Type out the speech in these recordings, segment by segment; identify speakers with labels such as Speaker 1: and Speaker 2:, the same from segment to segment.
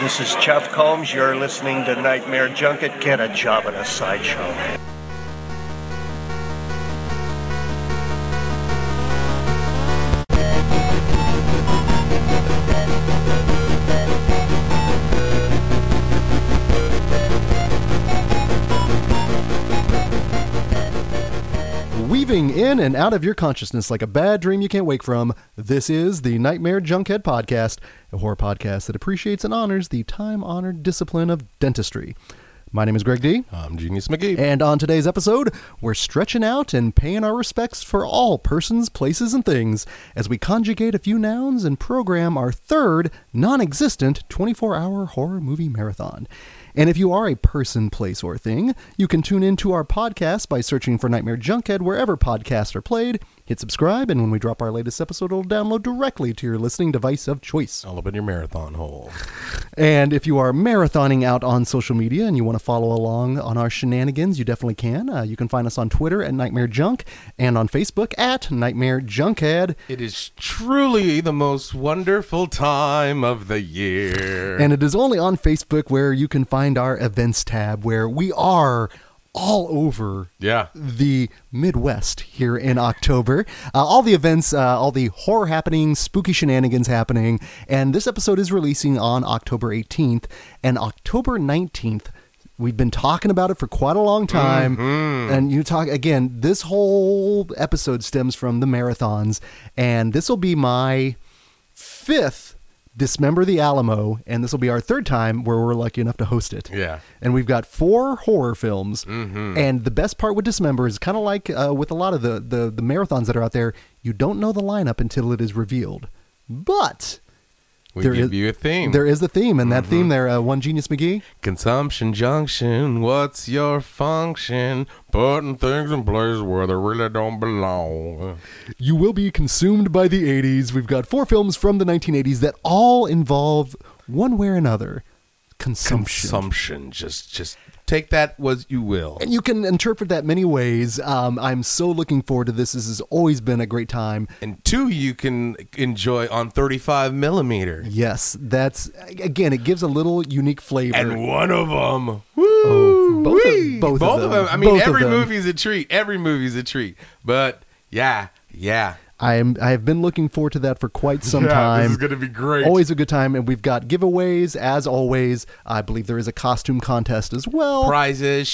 Speaker 1: This is Chuff Combs. You're listening to Nightmare Junket. Get a job at a sideshow.
Speaker 2: Weaving in and out of your consciousness like a bad dream you can't wake from, this is the Nightmare Junkhead Podcast, a horror podcast that appreciates and honors the time honored discipline of dentistry. My name is Greg D.
Speaker 3: I'm Genius McGee.
Speaker 2: And on today's episode, we're stretching out and paying our respects for all persons, places, and things as we conjugate a few nouns and program our third non existent 24 hour horror movie marathon. And if you are a person, place, or thing, you can tune in to our podcast by searching for Nightmare Junkhead wherever podcasts are played. Hit subscribe, and when we drop our latest episode, it'll download directly to your listening device of choice.
Speaker 3: All up in your marathon hole.
Speaker 2: And if you are marathoning out on social media and you want to follow along on our shenanigans, you definitely can. Uh, you can find us on Twitter at Nightmare Junk and on Facebook at Nightmare Junkhead.
Speaker 3: It is truly the most wonderful time of the year.
Speaker 2: And it is only on Facebook where you can find our events tab where we are all over
Speaker 3: yeah.
Speaker 2: the Midwest here in October. Uh, all the events, uh, all the horror happenings, spooky shenanigans happening. And this episode is releasing on October 18th and October 19th. We've been talking about it for quite a long time. And you talk again, this whole episode stems from the marathons. And this will be my fifth Dismember the Alamo. And this will be our third time where we're lucky enough to host it
Speaker 3: Yeah.
Speaker 2: and we've got four horror films.
Speaker 3: Mm-hmm.
Speaker 2: And the best part with Dismember is kind of like uh, with a lot of the, the the marathons that are out there, you don't know the lineup until it is revealed. But
Speaker 3: We
Speaker 2: There
Speaker 3: give
Speaker 2: is-
Speaker 3: you a theme. Mm-hmm.
Speaker 2: there is the theme, and that theme there, uh, one genius McGee.
Speaker 3: Consumption Junction, what's your function? Putting things in places where they really don't belong.
Speaker 2: You will be consumed by the '80s. We've got four films from the 1980s that all involve one way or another consumption.
Speaker 3: Consumption. Just just take that as you will.
Speaker 2: and you can interpret that many ways. Um, I'm so looking forward to this. This has always been a great time.
Speaker 3: And two, you can enjoy on 35 millimeter.
Speaker 2: Yes, that's again. It gives a little unique flavor.
Speaker 3: And one of them.
Speaker 2: both Oh, of, both,
Speaker 3: both
Speaker 2: of them.
Speaker 3: I mean,
Speaker 2: Both of
Speaker 3: every
Speaker 2: them.
Speaker 3: movie's a treat. Every movie's a treat. But yeah, yeah.
Speaker 2: I am. I have been looking forward to that for quite some time.
Speaker 3: this is gonna be great.
Speaker 2: Always a good time, and we've got giveaways as always. I believe there is a costume contest as well.
Speaker 3: Prizes,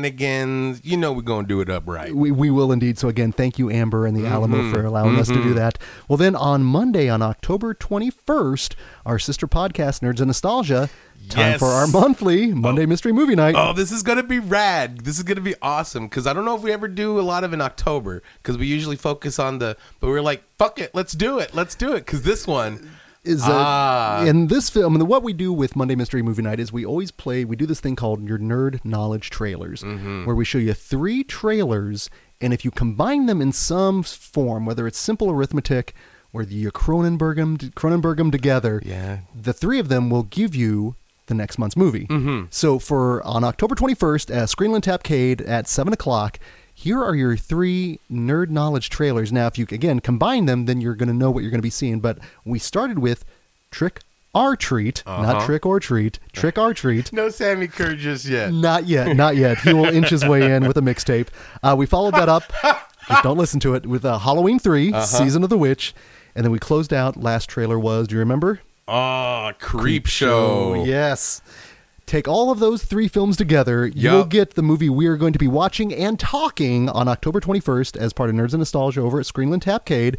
Speaker 3: shenanigans. You know we're gonna do it upright.
Speaker 2: We, we will indeed. So again, thank you, Amber and the
Speaker 3: Mm-hmm.
Speaker 2: Alamo, for allowing us to do that. Well, then on Monday, on October twenty first, our sister podcast, Nerds and Nostalgia, time
Speaker 3: Yes.
Speaker 2: for our monthly Monday Mystery Movie Night.
Speaker 3: Oh, this is gonna be rad. This is gonna be awesome. Cause I don't know if we ever do a lot of in October. Cause we usually focus on the. But we're like, fuck it, let's do it, let's do it. Cause this one,
Speaker 2: is a,
Speaker 3: Ah.
Speaker 2: in this film and what we do with Monday Mystery Movie Night is we always play we do this thing called your nerd knowledge trailers where we show you three trailers and if you combine them in some form whether it's simple arithmetic or you Cronenberg them Cronenberg 'em together
Speaker 3: Yeah.
Speaker 2: the three of them will give you the next month's movie so for on October 21st at Screenland Tapcade at 7 o'clock here are your three nerd knowledge trailers. Now, if you again combine them, then you're going to know what you're going to be seeing. But we started with Trick or Treat, not Trick or Treat, Trick or Treat.
Speaker 3: no Sammy Kerr just yet.
Speaker 2: Not yet, not yet. He will inch his way in with a mixtape. Uh, we followed that up. just don't listen to it with uh, Halloween 3 Season of the Witch, and then we closed out. Last trailer was. Do you remember?
Speaker 3: Ah, creep show.
Speaker 2: yes. Take all of those three films together, you'll
Speaker 3: Yup.
Speaker 2: get the movie we are going to be watching and talking on October 21st as part of Nerds and Nostalgia over at Screenland Tapcade.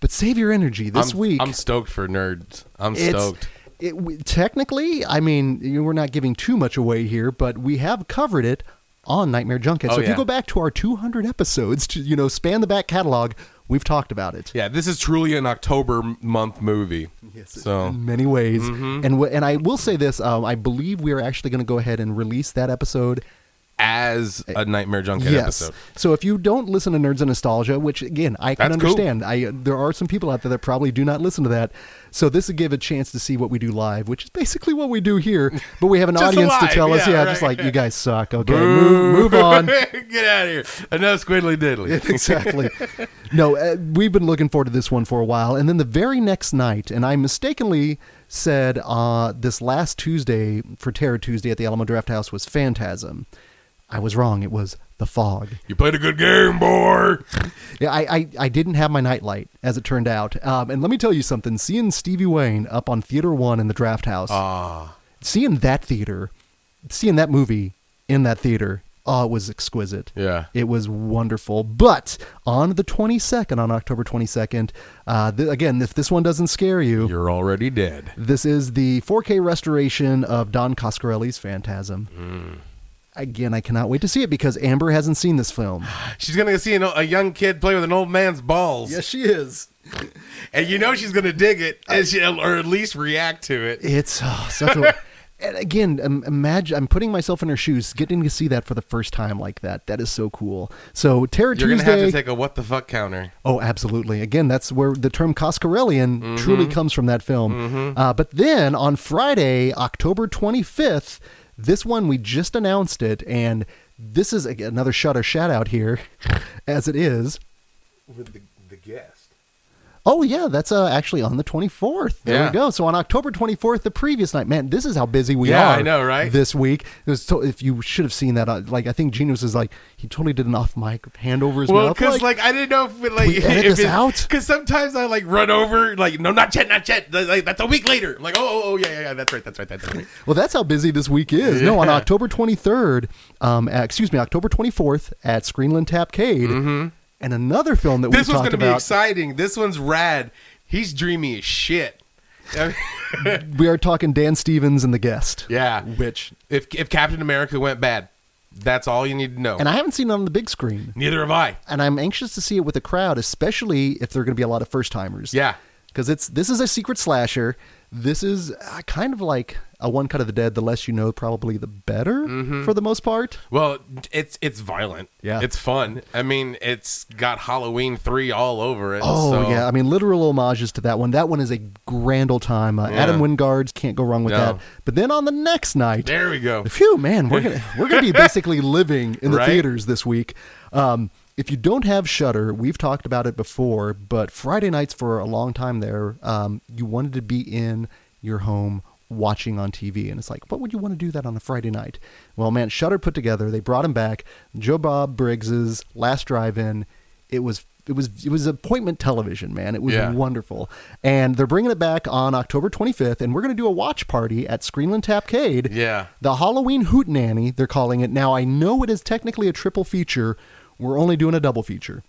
Speaker 2: But save your energy this
Speaker 3: I'm,
Speaker 2: week.
Speaker 3: I'm stoked for nerds. I'm
Speaker 2: it's
Speaker 3: stoked.
Speaker 2: It, w- technically, I mean, you know, we're not giving too much away here, but we have covered it on Nightmare Junket. so
Speaker 3: Oh,
Speaker 2: if you
Speaker 3: yeah.
Speaker 2: go back to our 200 episodes to you know span the back catalog, we've talked about it.
Speaker 3: Yeah, this is truly an October m- month movie. so
Speaker 2: in many ways.
Speaker 3: Mm-hmm.
Speaker 2: And w- and I will say this: um, I believe we are actually going to go ahead and release that episode.
Speaker 3: as a Nightmare Junket
Speaker 2: yes.
Speaker 3: episode.
Speaker 2: So if you don't listen to Nerds and Nostalgia, which again I can
Speaker 3: That's cool.
Speaker 2: understand, I there are some people out there that probably do not listen to that. So this would give a chance to see what we do live, which is basically what we do here. But we have an
Speaker 3: Just
Speaker 2: audience
Speaker 3: alive,
Speaker 2: to tell us,
Speaker 3: yeah,
Speaker 2: yeah, just
Speaker 3: right,
Speaker 2: like
Speaker 3: yeah.
Speaker 2: you guys suck. Okay, move, move on.
Speaker 3: Get out of here. Enough squiddly diddly.
Speaker 2: exactly. No, uh, we've been looking forward to this one for a while. And then the very next night, and I mistakenly said uh, this last Tuesday for Terror Tuesday at the Alamo Draft House was Phantasm. I was wrong. It was The Fog.
Speaker 3: You played a good game, boy.
Speaker 2: Yeah, I, I, I didn't have my nightlight, as it turned out. Um, and let me tell you something seeing Stevie Wayne up on Theater One in the Draft House,
Speaker 3: Ah,
Speaker 2: seeing that theater, seeing that movie in that theater, oh, it was exquisite.
Speaker 3: yeah.
Speaker 2: It was wonderful. But on the 22nd, on October 22nd, uh, th- again, if this one doesn't scare you,
Speaker 3: You're already dead.
Speaker 2: this is the 4K restoration of Don Coscarelli's Phantasm. Again, I cannot wait to see it because Amber hasn't seen this film.
Speaker 3: She's gonna see an, o- a young kid play with an old man's balls,
Speaker 2: she is.
Speaker 3: and you know she's gonna dig it, and she, or at least react to it.
Speaker 2: It's oh, such a. And again, um, imagine I'm putting myself in her shoes, getting to see that for the first time like that. That is so cool. So Terror
Speaker 3: You're
Speaker 2: Tuesday.
Speaker 3: gonna have to take a what the fuck counter.
Speaker 2: Oh, absolutely. Again, that's where the term Coscarellian
Speaker 3: Mm-hmm.
Speaker 2: truly comes from that film. Uh, but then on Friday, October 25th, this one we just announced it, and this is again, another shutter shout out here, as it is.
Speaker 3: With the, the guest.
Speaker 2: Oh yeah, that's uh, actually on the 24th. There
Speaker 3: Yeah.
Speaker 2: we go. So on October 24th, the previous night, man, this is how busy we
Speaker 3: Yeah,
Speaker 2: are.
Speaker 3: I know, right?
Speaker 2: This week, it was to- if you should have seen that, uh, like I think Genius is like he totally did an off mic hand over his
Speaker 3: Well,
Speaker 2: mouth.
Speaker 3: because like, I didn't know if it, like
Speaker 2: we edit
Speaker 3: if
Speaker 2: this out?
Speaker 3: Because sometimes I like run over, like no, not yet, not yet. Like, that's a week later. I'm like oh, oh, oh, yeah, yeah, yeah, that's right, that's right, that's right.
Speaker 2: Well, that's how busy this week is. No, on
Speaker 3: Yeah.
Speaker 2: October 23rd, um, uh, excuse me, October 24th at Screenland Tapcade, and another film that
Speaker 3: Mm-hmm. this
Speaker 2: we
Speaker 3: one's
Speaker 2: talked
Speaker 3: gonna be
Speaker 2: about.
Speaker 3: exciting. This one's rad. He's dreamy as shit. I mean-
Speaker 2: we are talking Dan Stevens and The Guest.
Speaker 3: yeah.
Speaker 2: Which,
Speaker 3: If if Captain America went bad, that's all you need to know.
Speaker 2: and I haven't seen it on the big screen,
Speaker 3: Neither have I.
Speaker 2: and I'm anxious to see it with a crowd, especially if there are going to be a lot of first timers.
Speaker 3: Yeah.
Speaker 2: Because it's this is a secret slasher. This is uh, kind of like a one cut of the dead. The less you know, probably the better,
Speaker 3: Mm-hmm.
Speaker 2: for the most part.
Speaker 3: Well, it's it's violent.
Speaker 2: Yeah.
Speaker 3: It's fun. I mean, it's got Halloween three all over it.
Speaker 2: Oh
Speaker 3: so-
Speaker 2: yeah, I mean literal homages to that one. That one is a grand old time. Uh, Adam Wingard's can't go wrong with
Speaker 3: No.
Speaker 2: that. But then on the next night,
Speaker 3: There we go.
Speaker 2: phew man, we're gonna we're gonna be basically living in the
Speaker 3: Right?
Speaker 2: theaters this week. Um, if you don't have Shutter, we've talked about it before, but Friday nights for a long time there, um, you wanted to be in your home watching on TV, and it's like, what would you want to do that on a Friday night? Well, man, Shutter put together. They brought him back. Joe Bob Briggs's Last Drive-In. It was it was it was appointment television, man. It was
Speaker 3: Yeah.
Speaker 2: wonderful, and they're bringing it back on October 25th, and we're going to do a watch party at Screenland Tapcade.
Speaker 3: Yeah.
Speaker 2: The Halloween Hoot Nanny, they're calling it. Now, I know it is technically a triple feature. We're only doing a double feature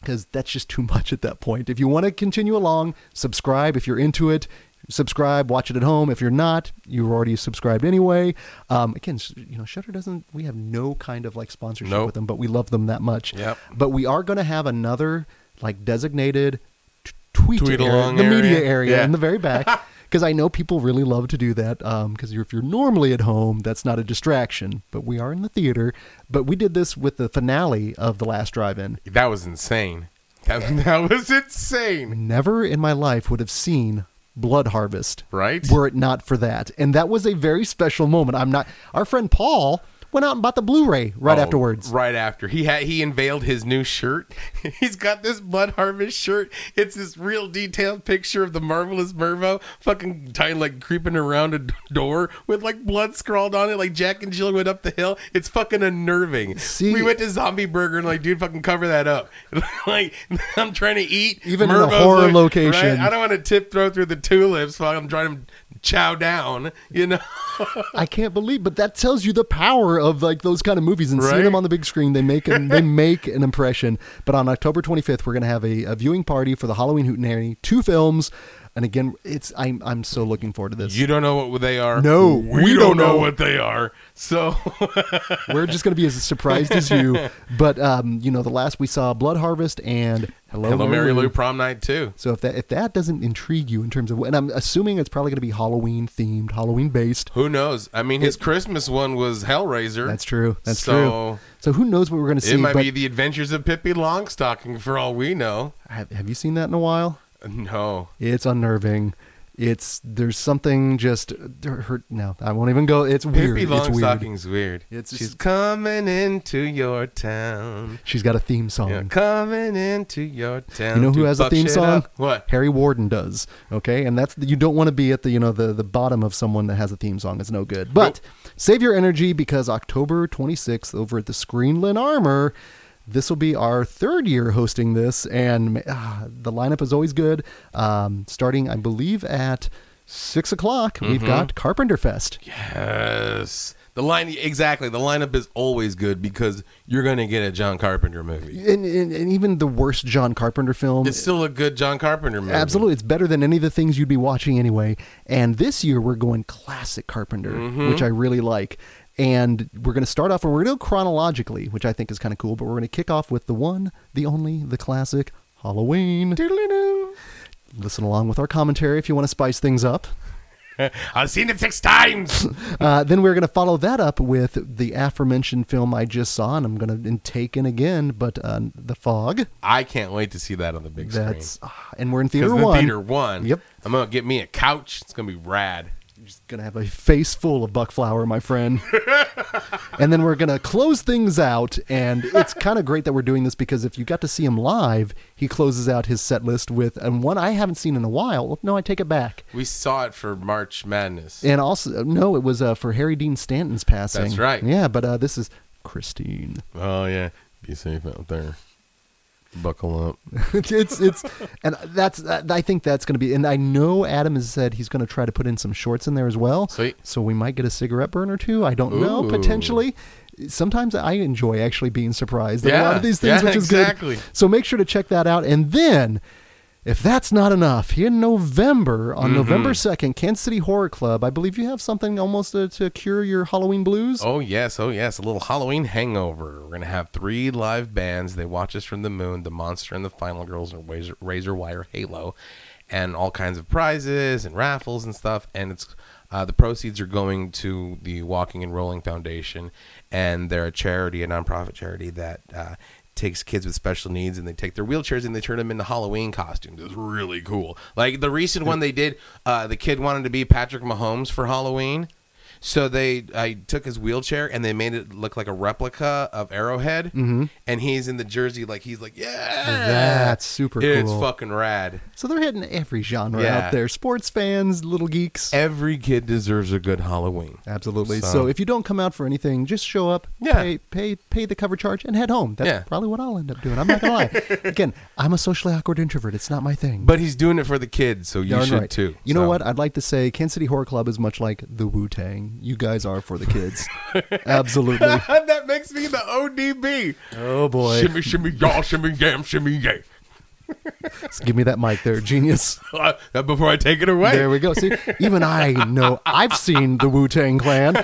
Speaker 2: because that's just too much at that point. If you want to continue along, subscribe. If you're into it, subscribe. Watch it at home. If you're not, you're already subscribed anyway. Um, again, s- you know, Shutter doesn't. We have no kind of like sponsorship
Speaker 3: Nope.
Speaker 2: with them, but we love them that much.
Speaker 3: Yep.
Speaker 2: But we are going to have another like designated t- tweet,
Speaker 3: Tweet
Speaker 2: area,
Speaker 3: along
Speaker 2: the
Speaker 3: area.
Speaker 2: media area
Speaker 3: Yeah.
Speaker 2: in the very back. Because I know people really love to do that. Because if you're normally at home, that's not a distraction. But we are in the theater. But we did this with the finale of The Last Drive In.
Speaker 3: That was insane. That, that was insane.
Speaker 2: Never in my life would have seen Blood Harvest
Speaker 3: Right?
Speaker 2: were it not for that. And that was a very special moment. I'm not. Our friend Paul went out and bought the Blu ray right
Speaker 3: Oh,
Speaker 2: afterwards.
Speaker 3: Right after. He had he unveiled his new shirt. He's got this Blood Harvest shirt. It's this real detailed picture of the marvelous Mervo fucking tied like creeping around a d- door with like blood scrawled on it like Jack and Jill went up the hill. It's fucking unnerving.
Speaker 2: See-
Speaker 3: we went to Zombie Burger and like dude fucking cover that up. like I'm trying to eat
Speaker 2: Even in a
Speaker 3: Mervo's
Speaker 2: horror
Speaker 3: like-
Speaker 2: location.
Speaker 3: right? I don't want to tip throw through the tulips while I'm trying to chow down, you know.
Speaker 2: I can't believe, but that tells you the power of like those kind of movies and seeing
Speaker 3: Right?
Speaker 2: them on the big screen. They make an, they make an impression. But on October 25th, we're going to have a, a viewing party for the Halloween Hootenanny, two films, and again, it's I'm I'm so looking forward to this.
Speaker 3: You don't know what they are.
Speaker 2: No,
Speaker 3: we,
Speaker 2: we don't
Speaker 3: don't, know,
Speaker 2: know.
Speaker 3: what they are. So
Speaker 2: we're just going to be as surprised as you. But um, you know, the last we saw Blood Harvest and Hello,
Speaker 3: Hello, Mary
Speaker 2: Lou.
Speaker 3: Lou prom night too.
Speaker 2: So if that if that doesn't intrigue you in terms of, and I'm assuming it's probably going to be Halloween themed, Halloween based.
Speaker 3: Who knows? I mean, his Christmas one was Hellraiser.
Speaker 2: That's true. That's
Speaker 3: So-
Speaker 2: true. So who knows what we're going to
Speaker 3: It
Speaker 2: see?
Speaker 3: might
Speaker 2: but
Speaker 3: be the Adventures of Pippi Longstocking for all we know.
Speaker 2: have, have you seen that in a while?
Speaker 3: No,
Speaker 2: It's unnerving. It's there's something just her. No, I won't even go. It's weird.
Speaker 3: Pippi
Speaker 2: it's weird.
Speaker 3: Longstocking's weird.
Speaker 2: It's
Speaker 3: She's
Speaker 2: just-
Speaker 3: coming into your town.
Speaker 2: She's got a theme song.
Speaker 3: Yeah, coming into your town.
Speaker 2: Um, You know who
Speaker 3: to
Speaker 2: has a
Speaker 3: fuck
Speaker 2: theme
Speaker 3: shit
Speaker 2: song?
Speaker 3: up. What?
Speaker 2: Harry Warden does. Okay, and that's you don't want to be at the you know the the bottom of someone that has a theme song. It's no good. But save your energy because October 26th over at the Screenland Armor. This will be our third year hosting this, and ah, the lineup is always good. Um, starting, I believe, at six o'clock,
Speaker 3: Mm-hmm.
Speaker 2: we've got Carpenter Fest.
Speaker 3: Yes. The line exactly. The lineup is always good because you're going to get a John Carpenter movie.
Speaker 2: And, and, and even the worst John Carpenter film.
Speaker 3: It's still a good John Carpenter movie.
Speaker 2: Absolutely. It's better than any of the things you'd be watching anyway. And this year we're going classic Carpenter, which I really like. And we're going to start off and we're going to go chronologically, which I think is kind of cool. But we're going to kick off with the one, the only, the classic Halloween. Listen along with our commentary if you want to spice things up.
Speaker 3: I've seen it six times.
Speaker 2: Uh, then we're going to follow that up with the aforementioned film I just saw, and I'm going to take in again, but uh, The Fog.
Speaker 3: I can't wait to see that on the big screen.
Speaker 2: That's, ah, and we're in theater
Speaker 3: Because the
Speaker 2: one.
Speaker 3: theater won.
Speaker 2: Yep.
Speaker 3: I'm gonna get me a couch. It's gonna be rad.
Speaker 2: just gonna have a face full of buck flour, my friend. and then we're gonna close things out, and it's kind of great that we're doing this because if you got to see him live, he closes out his set list with and one I haven't seen in a while. No, I take it back.
Speaker 3: We saw it for March Madness.
Speaker 2: And also, no, it was uh, for Harry Dean Stanton's passing.
Speaker 3: That's right.
Speaker 2: Yeah, but uh, this is Christine.
Speaker 3: Oh yeah. Be safe out there. Buckle up.
Speaker 2: it's it's, and that's I think that's gonna be. And I know Adam has said he's gonna try to put in some shorts in there as well.
Speaker 3: Sweet.
Speaker 2: So we might get a cigarette burn or two. I don't know.
Speaker 3: Ooh.
Speaker 2: Potentially. Sometimes I enjoy actually being surprised at a lot
Speaker 3: Yeah,
Speaker 2: of these things,
Speaker 3: yeah,
Speaker 2: which is
Speaker 3: exactly.
Speaker 2: good. So make sure to check that out. And then, if that's not enough, here in November,
Speaker 3: Mm-hmm.
Speaker 2: on November 2nd, Kansas City Horror Club, I believe you have something almost to, to cure your Halloween blues.
Speaker 3: Oh yes, oh yes, a little Halloween hangover. We're gonna have three live bands. They watch us from the moon, the monster, and the final girls, and razor, razor wire halo, and all kinds of prizes and raffles and stuff. And it's uh, the proceeds are going to the Walking and Rolling Foundation, and they're a charity, a nonprofit charity that uh, takes kids with special needs and they take their wheelchairs and they turn them into Halloween costumes. It's really cool. Like the recent one they did, uh, the kid wanted to be Patrick Mahomes for Halloween. So they, I took his wheelchair and they made it look like a replica of Arrowhead, and he's in the jersey like he's like, yeah,
Speaker 2: Mm-hmm. That's super
Speaker 3: It's
Speaker 2: cool.
Speaker 3: fucking rad.
Speaker 2: So they're hitting every genre
Speaker 3: Yeah.
Speaker 2: out there sports fans, little geeks.
Speaker 3: Every kid deserves a good Halloween.
Speaker 2: Absolutely. So,
Speaker 3: So-
Speaker 2: if you don't come out for anything, just show up,
Speaker 3: Yeah.
Speaker 2: pay, pay, pay the cover charge, and head home. That's
Speaker 3: Yeah.
Speaker 2: probably what I'll end up doing. I'm not gonna lie. Again, I'm a socially awkward introvert. It's not my thing.
Speaker 3: But he's doing it for the kids, so you
Speaker 2: Darn
Speaker 3: should
Speaker 2: right.
Speaker 3: too.
Speaker 2: You know
Speaker 3: So-
Speaker 2: what? I'd like to say, Kansas City Horror Club is much like the Wu Tang. You guys are for the kids. Absolutely.
Speaker 3: that makes me the ODB.
Speaker 2: Oh boy,
Speaker 3: Shimmy, shimmy, y'all, shimmy, yam, shimmy, yay.
Speaker 2: Just give me that mic there, genius.
Speaker 3: Uh, before I take it away.
Speaker 2: There we go. See, even I know I've seen the Wu Tang Clan.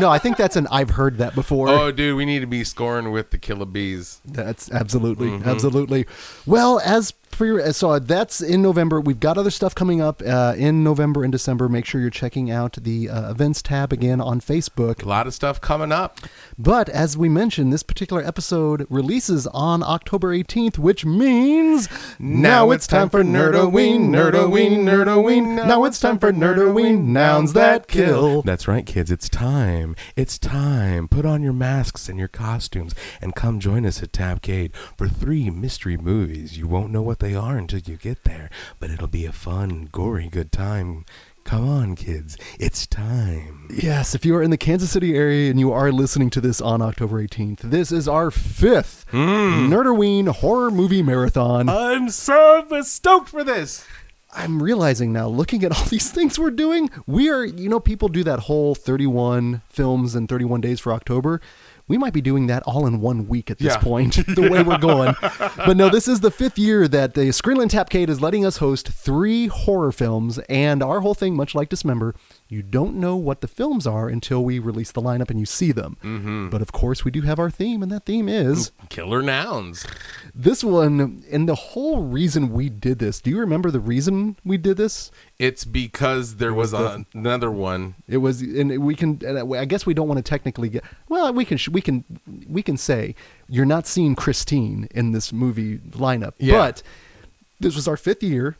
Speaker 2: No, I think that's an I've heard that before.
Speaker 3: Oh, dude, we need to be scoring with the Killer Bees.
Speaker 2: That's absolutely,
Speaker 3: Mm-hmm.
Speaker 2: absolutely. Well, as pre, so that's in November. We've got other stuff coming up uh, in November and December. Make sure you're checking out the uh, events tab again on
Speaker 3: A
Speaker 2: Facebook.
Speaker 3: lot of stuff coming up.
Speaker 2: But as we mentioned, this particular episode releases on October 18th, which means
Speaker 3: Now it's time for Nerdoween, Nerdoween, Nerdoween.
Speaker 2: Now it's time for Nerdoween nouns that kill.
Speaker 3: That's right, kids. It's time. It's time. Put on your masks and your costumes and come join us at Tabcade for three mystery movies. You won't know what they are until you get there, but it'll be a fun, gory, good time. Come on, kids. It's time.
Speaker 2: Yes, if you are in the Kansas City area and you are listening to this on October 18th, this is our fifth Nerderween horror movie marathon.
Speaker 3: I'm so stoked for this.
Speaker 2: I'm realizing now, looking at all these things we're doing, we are, you know, people do that whole 31 films and 31 days for October. We might be doing that all in one week at this
Speaker 3: Yeah.
Speaker 2: point, the way we're going. but no, this is the fifth year that the Screenland Tapcade is letting us host three horror films. And our whole thing, much like Dismember, you don't know what the films are until we release the lineup and you see them. But of course, we do have our theme, and that theme is
Speaker 3: Killer nouns.
Speaker 2: this one. And the whole reason we did this, do you remember the reason we did this?
Speaker 3: It's because there was a, another one.
Speaker 2: It was, and we can. And I guess we don't want to technically get. Well, we can. We can. We can say you're not seeing Christine in this movie lineup.
Speaker 3: Yeah.
Speaker 2: But this was our fifth year,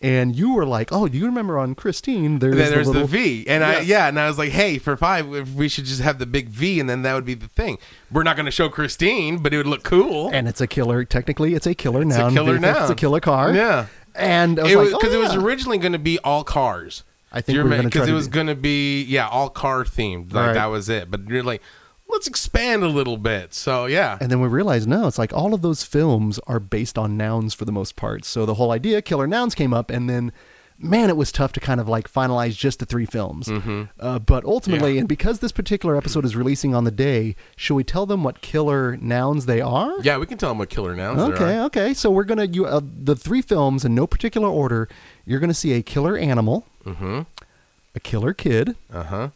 Speaker 2: and you were like, "Oh, do you remember on Christine? There's,
Speaker 3: And then
Speaker 2: the
Speaker 3: there's
Speaker 2: little
Speaker 3: the V, and I
Speaker 2: Yes.
Speaker 3: yeah, and I was like, hey, for five, if we should just have the big V, and then that would be the thing. We're not going to show Christine, but it would look cool.
Speaker 2: and it's a killer. Technically, it's a killer
Speaker 3: a
Speaker 2: noun.
Speaker 3: killer
Speaker 2: vehicle. It's a
Speaker 3: noun.
Speaker 2: killer car.
Speaker 3: Yeah.
Speaker 2: and I was
Speaker 3: it
Speaker 2: like,
Speaker 3: was because
Speaker 2: "Oh,
Speaker 3: it was
Speaker 2: yeah."
Speaker 3: originally going to be all cars.
Speaker 2: I think
Speaker 3: Do you
Speaker 2: we were
Speaker 3: remember
Speaker 2: gonna try
Speaker 3: because it
Speaker 2: to
Speaker 3: was
Speaker 2: do-
Speaker 3: going to be yeah all car themed like
Speaker 2: Right.
Speaker 3: that was it. But you're like, let's expand a little bit. So yeah,
Speaker 2: And then we realized, no, it's like all of those films are based on nouns for the most part. So the whole idea, killer nouns, came up, and then, man, it was tough to kind of like finalize just the three films.
Speaker 3: Mm-hmm.
Speaker 2: Uh, but ultimately, and because this particular episode is releasing on the day, should we tell them what killer nouns they are?
Speaker 3: yeah, we can tell them what killer nouns there
Speaker 2: Okay,
Speaker 3: are.
Speaker 2: okay. So we're gonna you uh, the three films in no particular order. You're gonna see a killer animal,
Speaker 3: Mm-hmm.
Speaker 2: a killer kid.
Speaker 3: Uh huh.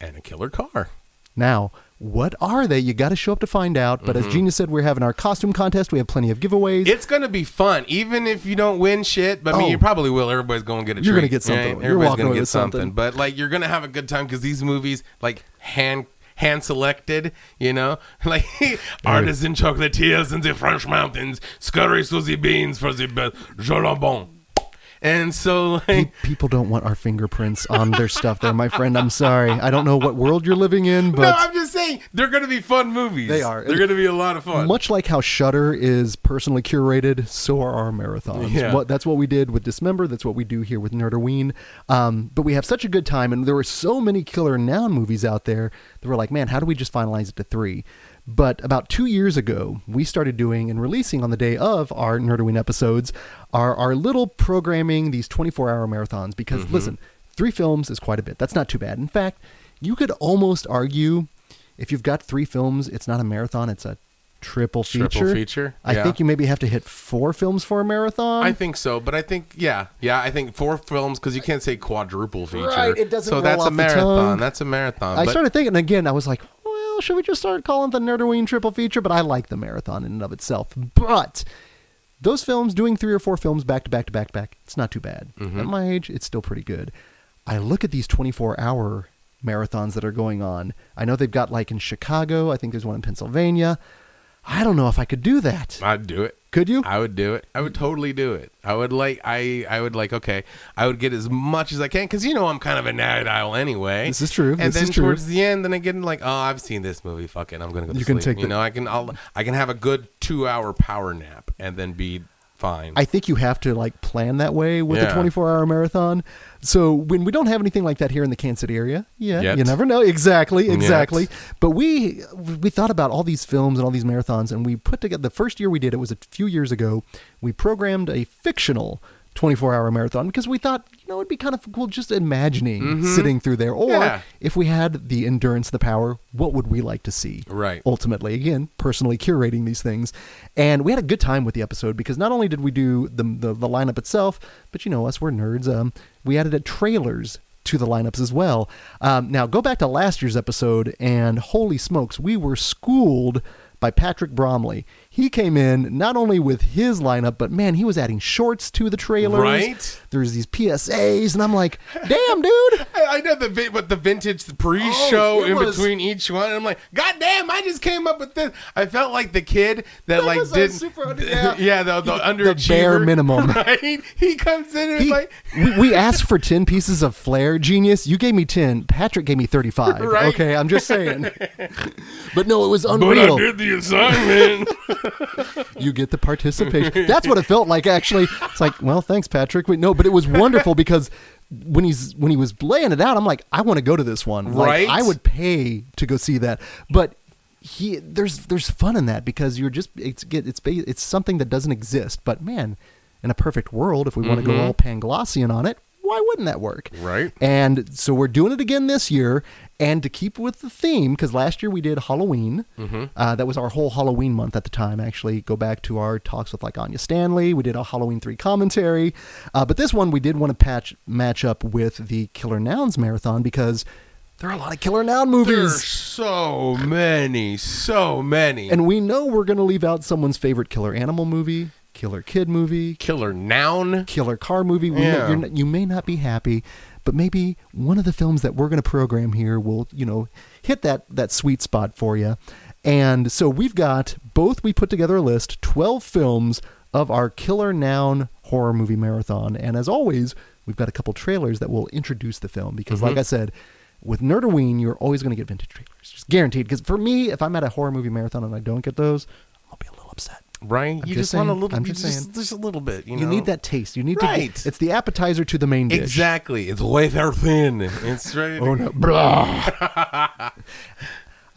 Speaker 3: And a killer car.
Speaker 2: Now, what are they? You got to show up to find out. But
Speaker 3: Mm-hmm.
Speaker 2: as Genius said, we're having our costume contest. We have plenty of giveaways.
Speaker 3: It's gonna be fun, even if you don't win shit. But I mean,
Speaker 2: Oh.
Speaker 3: you probably will. Everybody's gonna get a.
Speaker 2: You're
Speaker 3: treat,
Speaker 2: gonna get something.
Speaker 3: right?
Speaker 2: You're
Speaker 3: Everybody's
Speaker 2: walking
Speaker 3: gonna
Speaker 2: away
Speaker 3: get
Speaker 2: with something.
Speaker 3: But like, you're gonna have a good time because these movies, like hand hand selected, you know, like artisan chocolatiers in the French mountains, scurry Susie beans for the best jolabon. And so, like,
Speaker 2: Pe- People don't want our fingerprints on their stuff there, my friend. I'm sorry. I don't know what world you're living in,
Speaker 3: no,
Speaker 2: but
Speaker 3: I'm just saying they're gonna be fun movies.
Speaker 2: They are.
Speaker 3: They're gonna be a lot of fun.
Speaker 2: much like how Shudder is personally curated, so are our marathons.
Speaker 3: Yeah.
Speaker 2: What, that's what we did with Dismember. That's what we do here with Nerderween. Um, but we have such a good time, and there were so many killer noun movies out there that were like, man, how do we just finalize it to three? But about two years ago, we started doing and releasing on the day of our Nerderween episodes are our little programming these 24 hour marathons. Because
Speaker 3: Mm-hmm.
Speaker 2: listen, three films is quite a bit. That's not too bad. In fact, you could almost argue if you've got three films, it's not a marathon, it's a triple feature.
Speaker 3: Triple feature,
Speaker 2: I
Speaker 3: yeah.
Speaker 2: think you maybe have to hit four films for a marathon.
Speaker 3: I think so, but I think yeah, yeah, I think four films because you can't say quadruple feature.
Speaker 2: Right, it doesn't
Speaker 3: So
Speaker 2: roll
Speaker 3: that's
Speaker 2: off
Speaker 3: a
Speaker 2: the tongue.
Speaker 3: marathon. That's a marathon.
Speaker 2: I
Speaker 3: Uh, but-
Speaker 2: started thinking again. I was like, well, should we just start calling it the Nerderween triple feature? But I like the marathon in and of itself. But those films, doing three or four films back to back to back to back, it's not too bad.
Speaker 3: Mm-hmm.
Speaker 2: At my age, it's still pretty good. I look at these 24 hour marathons that are going on. I know they've got like in Chicago, I think there's one in Pennsylvania. I don't know if I could do that.
Speaker 3: I'd do it.
Speaker 2: Could you?
Speaker 3: I would do it. I would totally do it. I would like. I I would like. Okay, I would get as much as I can because you know I'm kind of a night owl anyway.
Speaker 2: This is true.
Speaker 3: And
Speaker 2: This
Speaker 3: then
Speaker 2: is true.
Speaker 3: towards the end, then I get in like, oh, I've seen this movie. Fuck it, I'm gonna go. To
Speaker 2: You can
Speaker 3: sleep.
Speaker 2: take
Speaker 3: You
Speaker 2: the-
Speaker 3: know, I can. I'll. I can have a good two hour power nap and then be fine.
Speaker 2: I think you have to like plan that way with a
Speaker 3: Yeah.
Speaker 2: 24 hour marathon. So when we don't have anything like that here in the Kansas City area, yeah,
Speaker 3: Yet.
Speaker 2: you never know exactly,
Speaker 3: Yet.
Speaker 2: exactly. But we we thought about all these films and all these marathons, and we put together the first year we did it was a few years ago. We programmed a fictional 24 hour marathon because we thought you know it'd be kind of cool just imagining sitting through there, or
Speaker 3: Mm-hmm. Yeah.
Speaker 2: if we had the endurance, the power, what would we like to see?
Speaker 3: Right.
Speaker 2: ultimately again personally curating these things and we had a good time with the episode because not only did we do the the, the lineup itself but you know us we're nerds um we added a trailers to the lineups as well um, now go back to last year's episode and holy smokes we were schooled by Patrick Bromley. He came in not only with his lineup, but man, he was adding shorts to the trailers.
Speaker 3: Right?
Speaker 2: There's these PSAs, and I'm like, damn, dude.
Speaker 3: I, I know the vi- but the vintage pre-show
Speaker 2: Oh, it
Speaker 3: in
Speaker 2: was-
Speaker 3: between each one. I'm like, God damn! I just came up with this. I felt like the kid that, like
Speaker 2: was a
Speaker 3: didn't.
Speaker 2: super under- yeah.
Speaker 3: yeah, the, the
Speaker 2: The
Speaker 3: underachiever.
Speaker 2: bare minimum.
Speaker 3: Right? He comes in and
Speaker 2: He-
Speaker 3: like,
Speaker 2: we, we asked for 10 pieces of flair genius you gave me 10 patrick gave me 35
Speaker 3: Right.
Speaker 2: okay i'm just saying but no it was
Speaker 3: but I
Speaker 2: unreal
Speaker 3: did the assignment.
Speaker 2: you get the participation that's what it felt like actually it's like well thanks patrick we, no but it was wonderful because when he's when he was laying it out i'm like i want to go to this one Like,
Speaker 3: Right.
Speaker 2: i would pay to go see that but he there's there's fun in that because you're just it's get it's ba- it's something that doesn't exist but man in a perfect world if we want to go all panglossian on it why wouldn't that work
Speaker 3: Mm-hmm. Right.
Speaker 2: and so we're doing it again this year. And to keep with the theme, because last year we did Halloween. Uh, that was our whole Halloween month at the time, actually. Go back to our talks with like Anya Stanley. We did a Halloween 3 commentary. Uh, but this one we did want to patch, match up with the Killer Nouns marathon because there are a lot of Killer Noun
Speaker 3: There's
Speaker 2: movies.
Speaker 3: so many, so many.
Speaker 2: And we know we're going to leave out someone's favorite Killer Animal movie, Killer Kid movie,
Speaker 3: killer noun.
Speaker 2: killer car movie. We
Speaker 3: Yeah.
Speaker 2: know, you're, not- you may not be happy, but maybe one of the films that we're going to program here will, you know, hit that that sweet spot for you. And so we've got both. We put together a list, twelve films of our Killer Noun horror movie marathon. And as always, we've got a couple trailers that will introduce the film because,
Speaker 3: Mm-hmm.
Speaker 2: like I said, with Nerdoween, you're always going to get vintage trailers. Just guaranteed. Because for me, if I'm at a horror movie marathon and I don't get those, I'll be a little upset.
Speaker 3: Ryan,
Speaker 2: I'm
Speaker 3: you
Speaker 2: just
Speaker 3: just, want a
Speaker 2: saying,
Speaker 3: little,
Speaker 2: I'm
Speaker 3: you
Speaker 2: just
Speaker 3: just,
Speaker 2: saying.
Speaker 3: just, a little bit. You,
Speaker 2: You
Speaker 3: know?
Speaker 2: need that taste. You need to.
Speaker 3: Right.
Speaker 2: Get, it's the appetizer to the main dish.
Speaker 3: Exactly. It's wafer thin. It's ready.
Speaker 2: Oh no! Blah.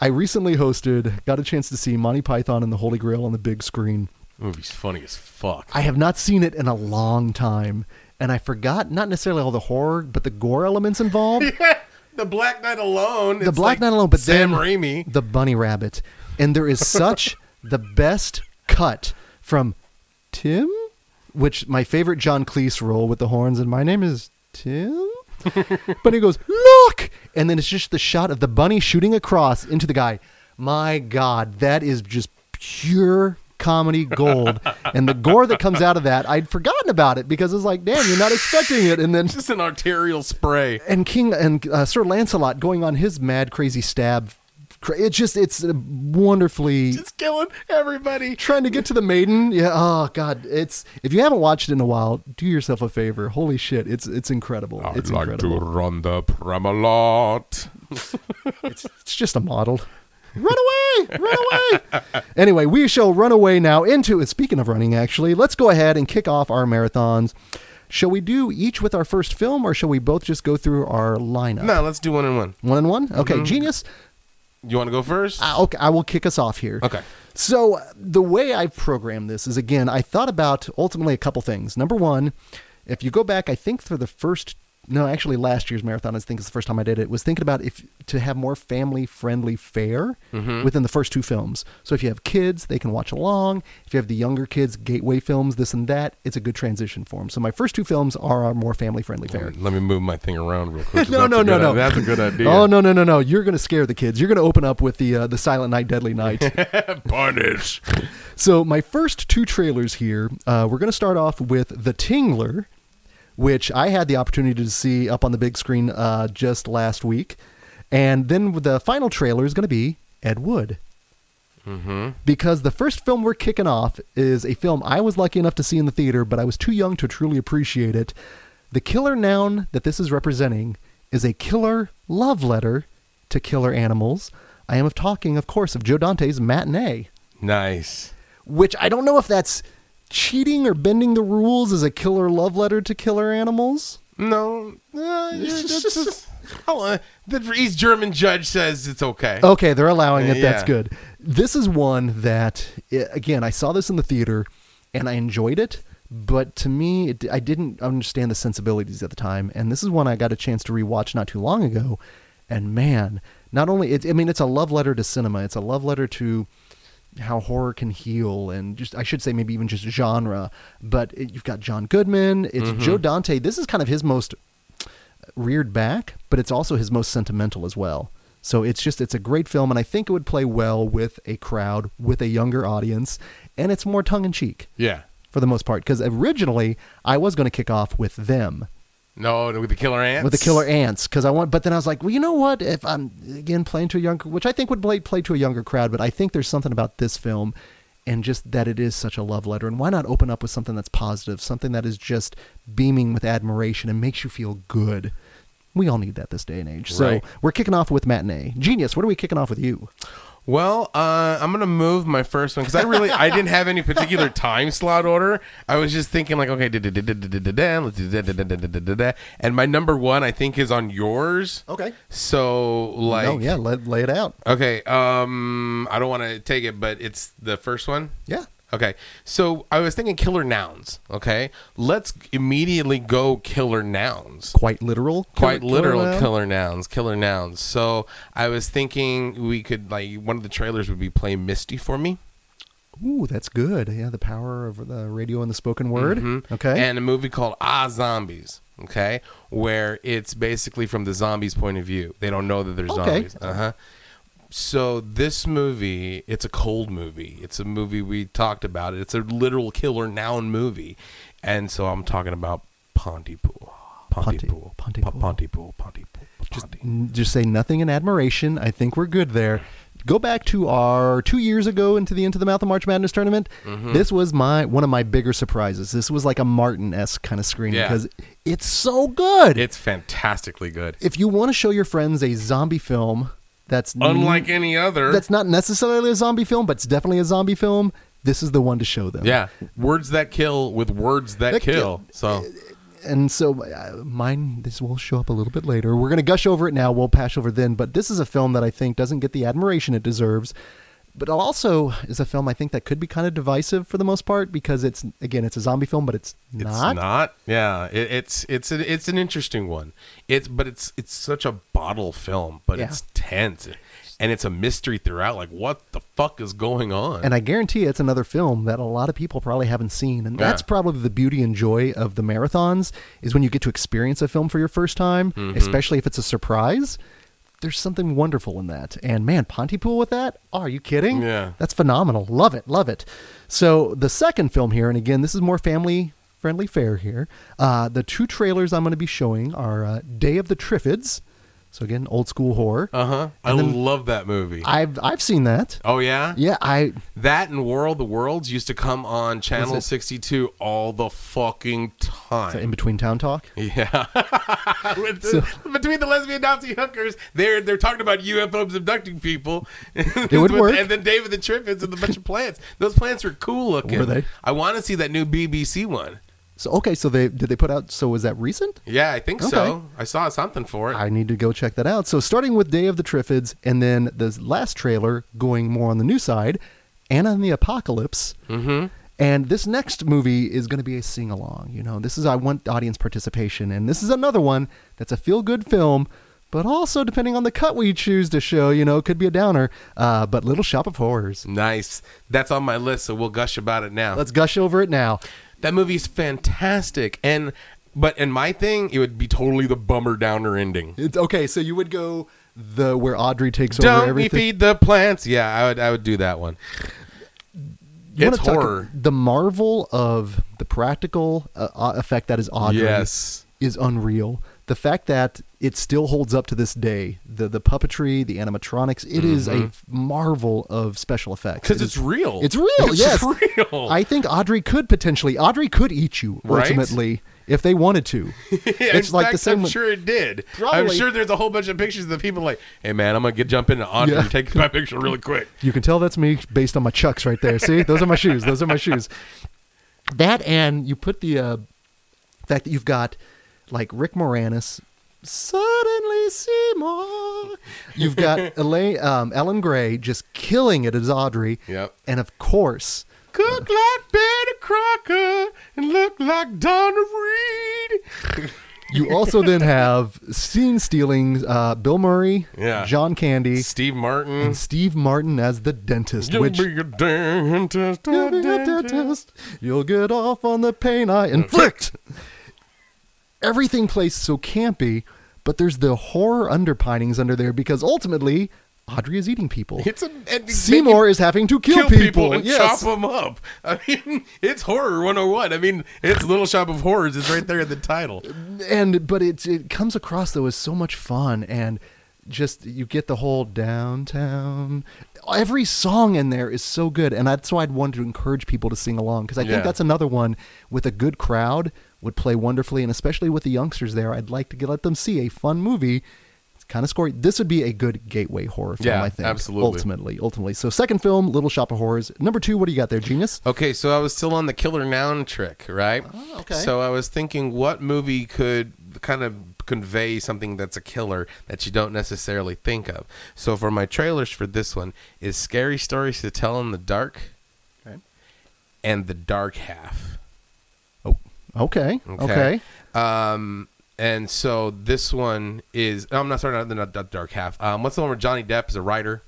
Speaker 2: I recently hosted, got a chance to see Monty Python and the Holy Grail on the big screen.
Speaker 3: The movie's funny as fuck.
Speaker 2: I have not seen it in a long time, and I forgot not necessarily all the horror, but the gore elements involved.
Speaker 3: the Black Knight alone.
Speaker 2: the Black Knight alone, but
Speaker 3: Sam
Speaker 2: then
Speaker 3: Raimi.
Speaker 2: the Bunny Rabbit, and there is such the best cut from Tim, which my favorite John Cleese role with the horns, and my name is Tim. but he goes look, and then it's just the shot of the bunny shooting across into the guy. My God, that is just pure comedy gold, and the gore that comes out of that, I'd forgotten about it because it's like, damn, you're not expecting it, and then
Speaker 3: Just an arterial spray.
Speaker 2: and King and uh, Sir Lancelot going on his mad crazy stab. cra- It's just it's uh, wonderfully
Speaker 3: Just killing everybody.
Speaker 2: trying to get to the maiden. Yeah. Oh God. It's if you haven't watched it in a while, do yourself a favor. Holy shit. It's it's incredible.
Speaker 3: Oh,
Speaker 2: it's incredible.
Speaker 3: run the Pramalot.
Speaker 2: It's just a model. Run away! Run away! anyway, we shall run away now into Speaking of running, actually, let's go ahead and kick off our marathons. Shall we do each with our first film, or shall we both just go through our lineup?
Speaker 3: No, Mm-hmm. let's do one and one.
Speaker 2: One and one? Okay, genius.
Speaker 3: You want to go first?
Speaker 2: I- okay, I will kick us off here.
Speaker 3: Okay.
Speaker 2: So uh, the way I programmed this is again, I thought about ultimately a couple things. Number one, if you go back, I think for the first no, actually last year's marathon, I think is the first time I did it, was thinking about if to have more family friendly fare within the first two films. So if you have kids, they can watch along. If you have the younger kids, gateway films, this and that, it's a good transition for them. So my first two films are our more family friendly fare.
Speaker 3: Mm, Let me move my thing around real quick. 'cause
Speaker 2: No,
Speaker 3: that's
Speaker 2: no,
Speaker 3: a
Speaker 2: no,
Speaker 3: good-
Speaker 2: no.
Speaker 3: That's a good idea.
Speaker 2: Oh no no no no! You're gonna scare the kids. You're gonna open up with the uh, the Silent Night, Deadly Night.
Speaker 3: Punish.
Speaker 2: So my first two trailers here, uh, we're going to start off with The Tingler, which I had the opportunity to see up on the big screen uh, just last week, and then the final trailer is going to be Ed Wood. Because the first film we're kicking off is a film I was lucky enough to see in the theater, but I was too young to truly appreciate it. The killer noun that this is representing is a killer love letter to killer animals. I am talking, of course, of Joe Dante's Matinee
Speaker 3: Nice.
Speaker 2: which I don't know if that's cheating or bending the rules as a killer love letter to killer animals.
Speaker 3: No, uh, yeah, that's just, I'll, uh, the East German judge says it's okay.
Speaker 2: Okay, they're allowing it. That's
Speaker 3: Yeah.
Speaker 2: good. This is one that, i- again, I saw this in the theater and I enjoyed it, but to me, it, I didn't understand the sensibilities at the time. And this is one I got a chance to rewatch not too long ago. And man, not only, it, I mean, it's a love letter to cinema, it's a love letter to how horror can heal and just I should say maybe even just genre but it, you've got John Goodman it's
Speaker 3: Mm-hmm.
Speaker 2: Joe Dante this is kind of his most reared back, but it's also his most sentimental as well. So it's just it's a great film, and I think it would play well with a crowd, with a younger audience, and it's more tongue in cheek
Speaker 3: Yeah.
Speaker 2: for the most part. Because originally I was going to kick off with them,
Speaker 3: No, with the killer ants.
Speaker 2: with the killer ants, because I want. But then I was like, well, you know what? If I'm again playing to a younger, which I think would play play to a younger crowd, but I think there's something about this film, and just that it is such a love letter, and why not open up with something that's positive, something that is just beaming with admiration and makes you feel good. We all need that this day and age. So
Speaker 3: Right.
Speaker 2: we're kicking off with matinee genius. What are we kicking off with you?
Speaker 3: Well, uh, I'm gonna move my first one because I really I didn't have any particular time slot order. I was just thinking like, okay, da-da-da-da-da-da-da, let's do da-da-da-da-da-da-da. and my number one I think is on yours.
Speaker 2: Okay.
Speaker 3: So like,
Speaker 2: oh yeah, lay, lay it out.
Speaker 3: Okay. Um, I don't want to take it, but it's the first one.
Speaker 2: Yeah.
Speaker 3: Okay. So I was thinking killer nouns. Okay. Let's immediately go killer nouns
Speaker 2: Quite literal.
Speaker 3: quite
Speaker 2: Killer-
Speaker 3: literal
Speaker 2: noun?
Speaker 3: killer nouns, killer nouns. So I was thinking we could like one of the trailers would be play Misty for me,
Speaker 2: Ooh, that's good. Yeah, the power of the radio and the spoken word. Okay.
Speaker 3: Mm-hmm. and a movie called Ah Zombies. Okay, where it's basically from the zombies' point of view. They don't know that they're
Speaker 2: Okay.
Speaker 3: zombies. Uh huh. So this movie, it's a cold movie. It's a movie we talked about. It's a literal killer noun movie, and so I'm talking about Pontypool. Pontypool.
Speaker 2: Pontypool.
Speaker 3: Pontypool. Pontypool. Pontypool.
Speaker 2: Mm, N- just say nothing in admiration. I think we're good there. go back to our two years ago into the Into the Mouth of March Madness tournament.
Speaker 3: Mm-hmm.
Speaker 2: This was my one of my bigger surprises. This was like a Martin esque kind of screen
Speaker 3: Yeah.
Speaker 2: because it's so good.
Speaker 3: It's fantastically good.
Speaker 2: if you want to show your friends a zombie film that's n-
Speaker 3: Unlike any other.
Speaker 2: that's not necessarily a zombie film, but it's definitely a zombie film. This is the one to show them.
Speaker 3: yeah. Words that kill with words that,
Speaker 2: That
Speaker 3: kill.
Speaker 2: kill.
Speaker 3: So
Speaker 2: and so uh, mine this will show up a little bit later we're going to gush over it now we'll pass over then but this is a film that i think doesn't get the admiration it deserves but also is a film i think that could be kind of divisive for the most part because it's again it's a zombie film but it's
Speaker 3: it's
Speaker 2: not,
Speaker 3: not. yeah. It, it's it's an, it's an interesting one. It's but it's it's such a bottle film, but
Speaker 2: Yeah.
Speaker 3: it's tense, and it's a mystery throughout. Like what the fuck is going on?
Speaker 2: and i guarantee it's another film that a lot of people probably haven't seen and that's
Speaker 3: Yeah.
Speaker 2: probably the beauty and joy of the marathons is when you get to experience a film for your first time
Speaker 3: Mm-hmm.
Speaker 2: especially if it's a surprise there's something wonderful in that and man pontypool with that are you kidding
Speaker 3: Yeah.
Speaker 2: That's phenomenal. Love it. Love it. So the second film here, and again, this is more family friendly fare here. Uh, the two trailers I'm going to be showing are uh, Day of the Triffids. So again, old school horror.
Speaker 3: uh huh. I love that movie.
Speaker 2: I've I've seen that.
Speaker 3: oh yeah?
Speaker 2: Yeah, I
Speaker 3: That and War of the Worlds used to come on Channel
Speaker 2: it-
Speaker 3: 62 all the fucking
Speaker 2: in
Speaker 3: time.
Speaker 2: between town talk.
Speaker 3: Yeah. With the- Between the lesbian Nazi hookers, they're they're talking about UFOs abducting people. it
Speaker 2: would work.
Speaker 3: And then David the Triffids and a bunch of plants. Those plants were cool looking.
Speaker 2: Were they?
Speaker 3: I want to see that new BBC one.
Speaker 2: So okay, so they did they put out? So was that recent?
Speaker 3: Yeah, I think
Speaker 2: Okay.
Speaker 3: so. I saw something for it.
Speaker 2: I need to go check that out. So starting with Day of the Triffids, and then the last trailer going more on the new side, Anna and the Apocalypse. Mm-hmm. And this next movie is going to be a sing along. You know, this is I want audience participation, and this is another one that's a feel good film, but also depending on the cut we choose to show, you know, could be a downer. Uh, but Little Shop of Horrors.
Speaker 3: nice. That's on my list, so we'll gush about it now.
Speaker 2: Let's gush over it now.
Speaker 3: That movie's fantastic. And but in my thing, it would be totally the bummer downer ending.
Speaker 2: It's okay. So you would go the where Audrey takes over
Speaker 3: Don't we
Speaker 2: everything.
Speaker 3: feed the plants? Yeah, I would. I would do that one.
Speaker 2: You wanna
Speaker 3: it's
Speaker 2: talk-
Speaker 3: horror.
Speaker 2: the marvel of the practical uh, uh, effect that is Audrey
Speaker 3: Yes.
Speaker 2: is unreal. The fact that it still holds up to this day, the the puppetry, the animatronics, it is a marvel of special effects.
Speaker 3: Because
Speaker 2: It
Speaker 3: Mm-hmm. it's
Speaker 2: is-
Speaker 3: real.
Speaker 2: It's real.
Speaker 3: It's
Speaker 2: yes,
Speaker 3: real.
Speaker 2: I think Audrey could potentially. Audrey could eat you
Speaker 3: Right?
Speaker 2: ultimately if they wanted to.
Speaker 3: Yeah,
Speaker 2: it's
Speaker 3: in
Speaker 2: like the
Speaker 3: fact,
Speaker 2: same.
Speaker 3: I'm sure it did. I'm
Speaker 2: Probably.
Speaker 3: sure there's a whole bunch of pictures of people like, "Hey man, I'm gonna get jump in and Audrey
Speaker 2: Yeah.
Speaker 3: take my picture really quick."
Speaker 2: You can tell that's me based on my chucks right there. See, those are my shoes. Those are my shoes. That and you put the uh, fact that you've got like Rick Moranis. Suddenly, Seymour. You've got Elaine, um, Ellen Gray just killing it as Audrey.
Speaker 3: Yep.
Speaker 2: And of course,
Speaker 3: Cook like Betty Crocker and look like Donna Reed.
Speaker 2: you also then have scene stealing uh, Bill Murray,
Speaker 3: Yeah.
Speaker 2: John Candy,
Speaker 3: Steve Martin.
Speaker 2: and Steve Martin as the dentist,
Speaker 3: You'll
Speaker 2: which
Speaker 3: be a dentist, a
Speaker 2: You'll be a
Speaker 3: dentist.
Speaker 2: dentist. You'll get off on the pain I inflict. Everything plays so campy, but there's the horror underpinnings under there because ultimately, Audrey is eating people.
Speaker 3: It's a and make
Speaker 2: Seymour is having to kill,
Speaker 3: kill people, and chop
Speaker 2: yes.
Speaker 3: 'em chop them up. I mean, it's horror 101. I mean, it's Little Shop of Horrors. It's right there in the title.
Speaker 2: and but it it comes across though as so much fun and just you get the whole downtown every song in there is so good and that's why i'd want to encourage people to sing along because i
Speaker 3: Yeah.
Speaker 2: think that's another one with a good crowd would play wonderfully and especially with the youngsters there i'd like to get, let them see a fun movie it's kind of scary this would be a good gateway horror film
Speaker 3: Yeah,
Speaker 2: i think
Speaker 3: absolutely.
Speaker 2: ultimately ultimately so second film little shop of horrors number two what do you got there genius
Speaker 3: Okay, so I was still on the killer noun trick, right?
Speaker 2: Oh, okay.
Speaker 3: So I was thinking what movie could kind of convey something that's a killer that you don't necessarily think of. So for my trailers for this one is Scary Stories to Tell in the Dark
Speaker 2: okay
Speaker 3: and The Dark Half.
Speaker 2: Oh, okay okay,
Speaker 3: Um, and so this one is. oh, I'm not sorry, not the not, not Dark Half. Um, what's the one where Johnny Depp is a writer,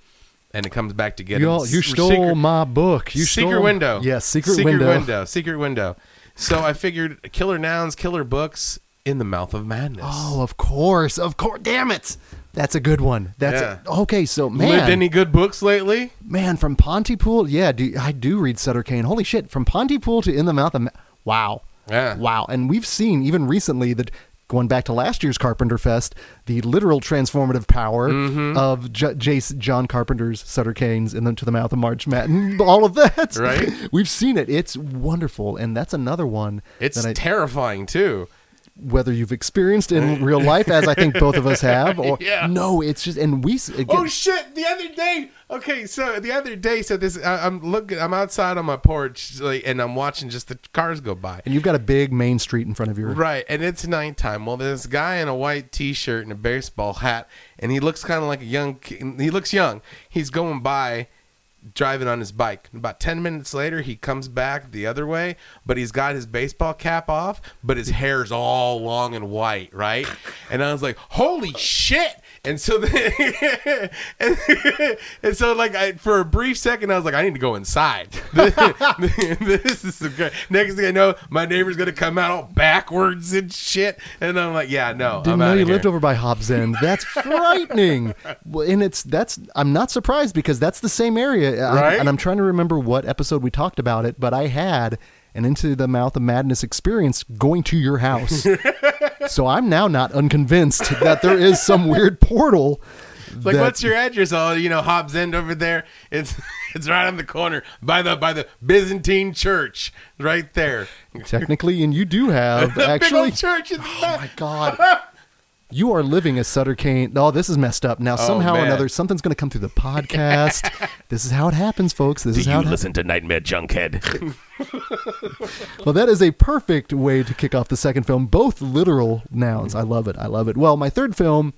Speaker 3: and it comes back to get
Speaker 2: You,
Speaker 3: him?
Speaker 2: all, you
Speaker 3: S-
Speaker 2: stole
Speaker 3: secret-
Speaker 2: my book. You
Speaker 3: secret
Speaker 2: stole,
Speaker 3: window.
Speaker 2: Yes, secret, window.
Speaker 3: Secret window. So I figured killer nouns, killer books in the mouth of madness.
Speaker 2: Oh, of course, of course. Damn it, that's a good one. That's a-
Speaker 3: Yeah.
Speaker 2: okay. So
Speaker 3: Lived
Speaker 2: man,
Speaker 3: any good books lately?
Speaker 2: man, from Pontypool. Yeah, do, I do read Sutter Kane. Holy shit, from Pontypool to In the Mouth of Ma- Wow,
Speaker 3: Yeah.
Speaker 2: wow. And we've seen even recently that going back to last year's Carpenter Fest, the literal transformative power
Speaker 3: Mm-hmm.
Speaker 2: of J- Jace, John Carpenter's Sutter Canes and then to the mouth of March Madness, all of that.
Speaker 3: Right.
Speaker 2: We've seen it. It's wonderful, and that's another one.
Speaker 3: It's
Speaker 2: that I,
Speaker 3: terrifying too.
Speaker 2: whether you've experienced in real life, as I think both of us have, or
Speaker 3: Yeah.
Speaker 2: no, it's just and we. s- Again,
Speaker 3: Oh shit! The other day, okay, so the other day, so this, I, I'm looking, I'm outside on my porch, like, and I'm watching just the cars go by.
Speaker 2: and you've got a big main street in front of your.
Speaker 3: Right, and it's nighttime. Well, there's this guy in a white T-shirt and a baseball hat, and he looks kind of like a young. ki- He looks young. He's going by, driving on his bike. About ten minutes later, he comes back the other way, but he's got his baseball cap off, but his hair's all long and white, right? And I was like, "Holy shit!" And so, then, and, and so, like, I, for a brief second, I was like, "I need to go inside." this is some good. Next thing I know, my neighbor's gonna come out all backwards and shit, and I'm like, "Yeah, no,
Speaker 2: Didn't
Speaker 3: I'm
Speaker 2: know
Speaker 3: outta
Speaker 2: you
Speaker 3: here.
Speaker 2: lived over by Hobbs End. That's frightening. Well, and it's that's I'm not surprised because that's the same area. I-
Speaker 3: Right?
Speaker 2: and I'm trying to remember what episode we talked about it, but I had an into the mouth of madness experience going to your house. so I'm now not unconvinced that there is some weird portal.
Speaker 3: It's like,
Speaker 2: that-
Speaker 3: what's your address? Oh, you know, Hobbs End over there. It's it's right on the corner by the by the Byzantine church, right there.
Speaker 2: technically, and you do have
Speaker 3: Big
Speaker 2: actually.
Speaker 3: old church in the back.
Speaker 2: God. You are living a Sutter Kane. Oh, this is messed up. Now, somehow or
Speaker 3: man.
Speaker 2: another, something's going to come through the podcast. this is how it happens, folks. This is how it happens.
Speaker 4: to Nightmare Junkhead?
Speaker 2: Well, that is a perfect way to kick off the second film. Both literal nouns. I love it. I love it. Well, my third film,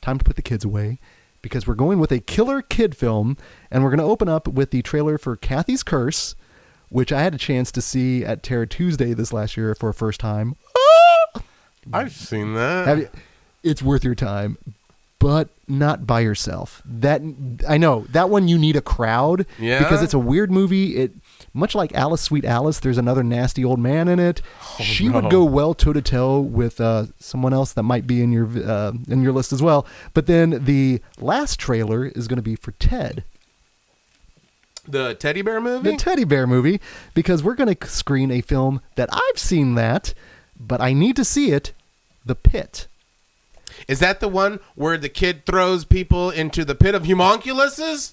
Speaker 2: time to put the kids away because we're going with a killer kid film and we're going to open up with the trailer for Kathy's Curse, which I had a chance to see at Terror Tuesday this last year for a first time.
Speaker 3: I've seen that.
Speaker 2: Have you, it's worth your time, but not by yourself. That I know that one you need a crowd
Speaker 3: Yeah?
Speaker 2: because it's a weird movie. It much like Alice, Sweet Alice. There's another nasty old man in it. she would go well toe to toe with uh, someone else that might be in your uh, in your list as well. But then the last trailer is going to be for Ted
Speaker 3: the teddy bear movie.
Speaker 2: the teddy bear movie because we're going to screen a film that I've seen that, but I need to see it. The Pit.
Speaker 3: Is that the one where the kid throws people into the pit of homunculuses?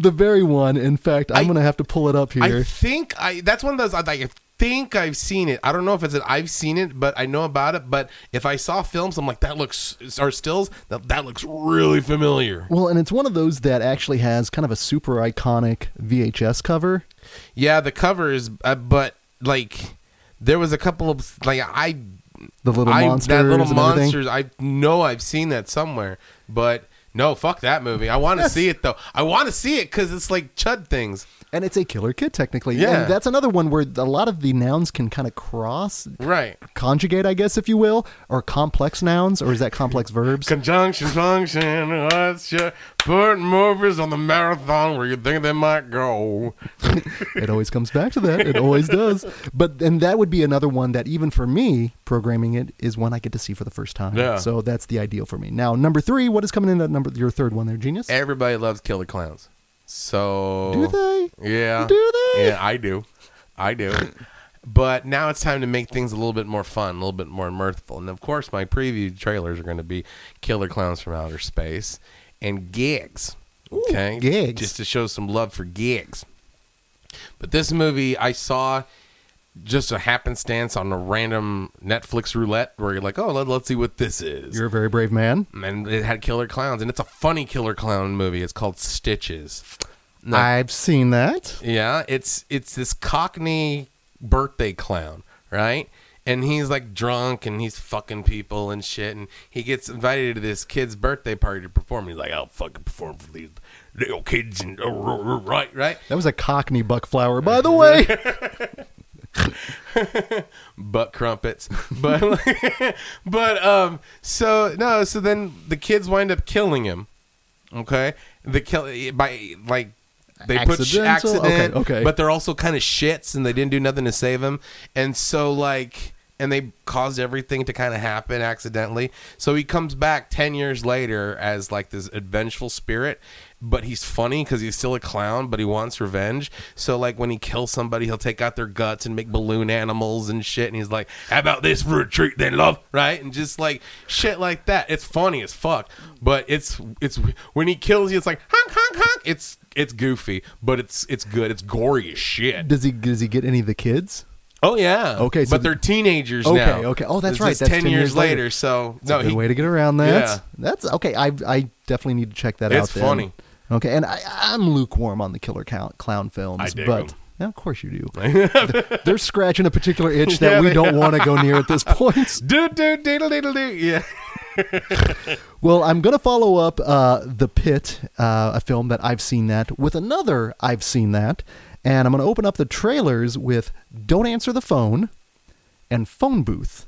Speaker 2: the very one. In fact, I'm
Speaker 3: I-
Speaker 2: gonna have to pull it up
Speaker 3: I
Speaker 2: here.
Speaker 3: think I. That's one of those. I, like, I think I've seen it. I don't know if it's that I've seen it, but I know about it. But if I saw films, I'm like, that looks or stills. That, that looks really familiar.
Speaker 2: well, and it's one of those that actually has kind of a super iconic VHS cover.
Speaker 3: Yeah, the covers, uh, but like there was a couple of like I,
Speaker 2: The little
Speaker 3: I
Speaker 2: monsters
Speaker 3: that little
Speaker 2: and everything.
Speaker 3: monsters. I know I've seen that somewhere, but no, fuck that movie. I want to see it though. I want to see it because it's like chud things,
Speaker 2: And it's a killer kid technically.
Speaker 3: Yeah.
Speaker 2: And that's another one where a lot of the nouns can kind of cross
Speaker 3: right?
Speaker 2: conjugate, I guess, if you will, or complex nouns, or is that complex verbs?
Speaker 3: Conjunction function. Let's just put movers on the marathon where you think they might go.
Speaker 2: it always comes back to that. It always does. But and that would be another one that even for me, programming it is one I get to see for the first time.
Speaker 3: Yeah.
Speaker 2: So that's the ideal for me. Now, number three, what is coming in at number your third one there, genius?
Speaker 3: Everybody loves killer clowns, so
Speaker 2: Do they?
Speaker 3: Yeah.
Speaker 2: Do they?
Speaker 3: Yeah, I do. I do. but now it's time to make things a little bit more fun, a little bit more mirthful. And of course, my preview trailers are going to be Killer Clowns from Outer Space and Gigs. Okay?
Speaker 2: Gigs.
Speaker 3: Just to show some love for Gigs. But this movie I saw just a happenstance on a random Netflix roulette where you're like, oh, let, let's see what this is
Speaker 2: You're a very brave man.
Speaker 3: and it had killer clowns, and it's a funny killer clown movie. It's called Stitches. No.
Speaker 2: I've seen that.
Speaker 3: yeah, it's it's this Cockney birthday clown, right? And he's like drunk and he's fucking people and shit. And he gets invited to this kid's birthday party to perform. He's like, I'll fucking perform for these little kids and uh, right, right.
Speaker 2: That was a Cockney buck flower, by the way.
Speaker 3: butt crumpets. But but um so no, so then the kids wind up killing him. Okay? The kill by like they put sh-
Speaker 2: Accidental?
Speaker 3: accident,
Speaker 2: Okay, okay.
Speaker 3: but they're also kind of shits and they didn't do nothing to save him. And so like and they caused everything to kind of happen accidentally. So he comes back 10 years later as like this vengeful spirit, but he's funny because he's still a clown, but he wants revenge. So, like, when he kills somebody, he'll take out their guts and make balloon animals and shit. And he's like, How about this for a treat then, love? Right? And just like shit like that. It's funny as fuck, but it's, it's, when he kills you, it's like, honk, honk, honk. It's, it's goofy, but it's, it's good. It's gory as shit.
Speaker 2: Does he does he get any of the kids?
Speaker 3: Oh yeah.
Speaker 2: Okay, so
Speaker 3: but
Speaker 2: th-
Speaker 3: they're teenagers
Speaker 2: Okay,
Speaker 3: now.
Speaker 2: okay. Oh, that's
Speaker 3: This
Speaker 2: right.
Speaker 3: is
Speaker 2: That's
Speaker 3: ten, years, later. So
Speaker 2: It's a good way to get around that.
Speaker 3: Yeah.
Speaker 2: That's okay. I I definitely need to check that out.
Speaker 3: It's
Speaker 2: then.
Speaker 3: funny.
Speaker 2: Okay, and I, I'm lukewarm on the killer clown, clown films,
Speaker 3: I dig
Speaker 2: but
Speaker 3: 'em.
Speaker 2: yeah, of course you do. They're scratching a particular itch that
Speaker 3: Yeah,
Speaker 2: we
Speaker 3: they
Speaker 2: don't want to go near at this point.
Speaker 3: do do diddle diddle do. Yeah.
Speaker 2: Well, I'm going to follow up uh, The Pit, uh, a film that I've seen that, with another I've seen that. And I'm going to open up the trailers with Don't Answer the Phone and Phone Booth.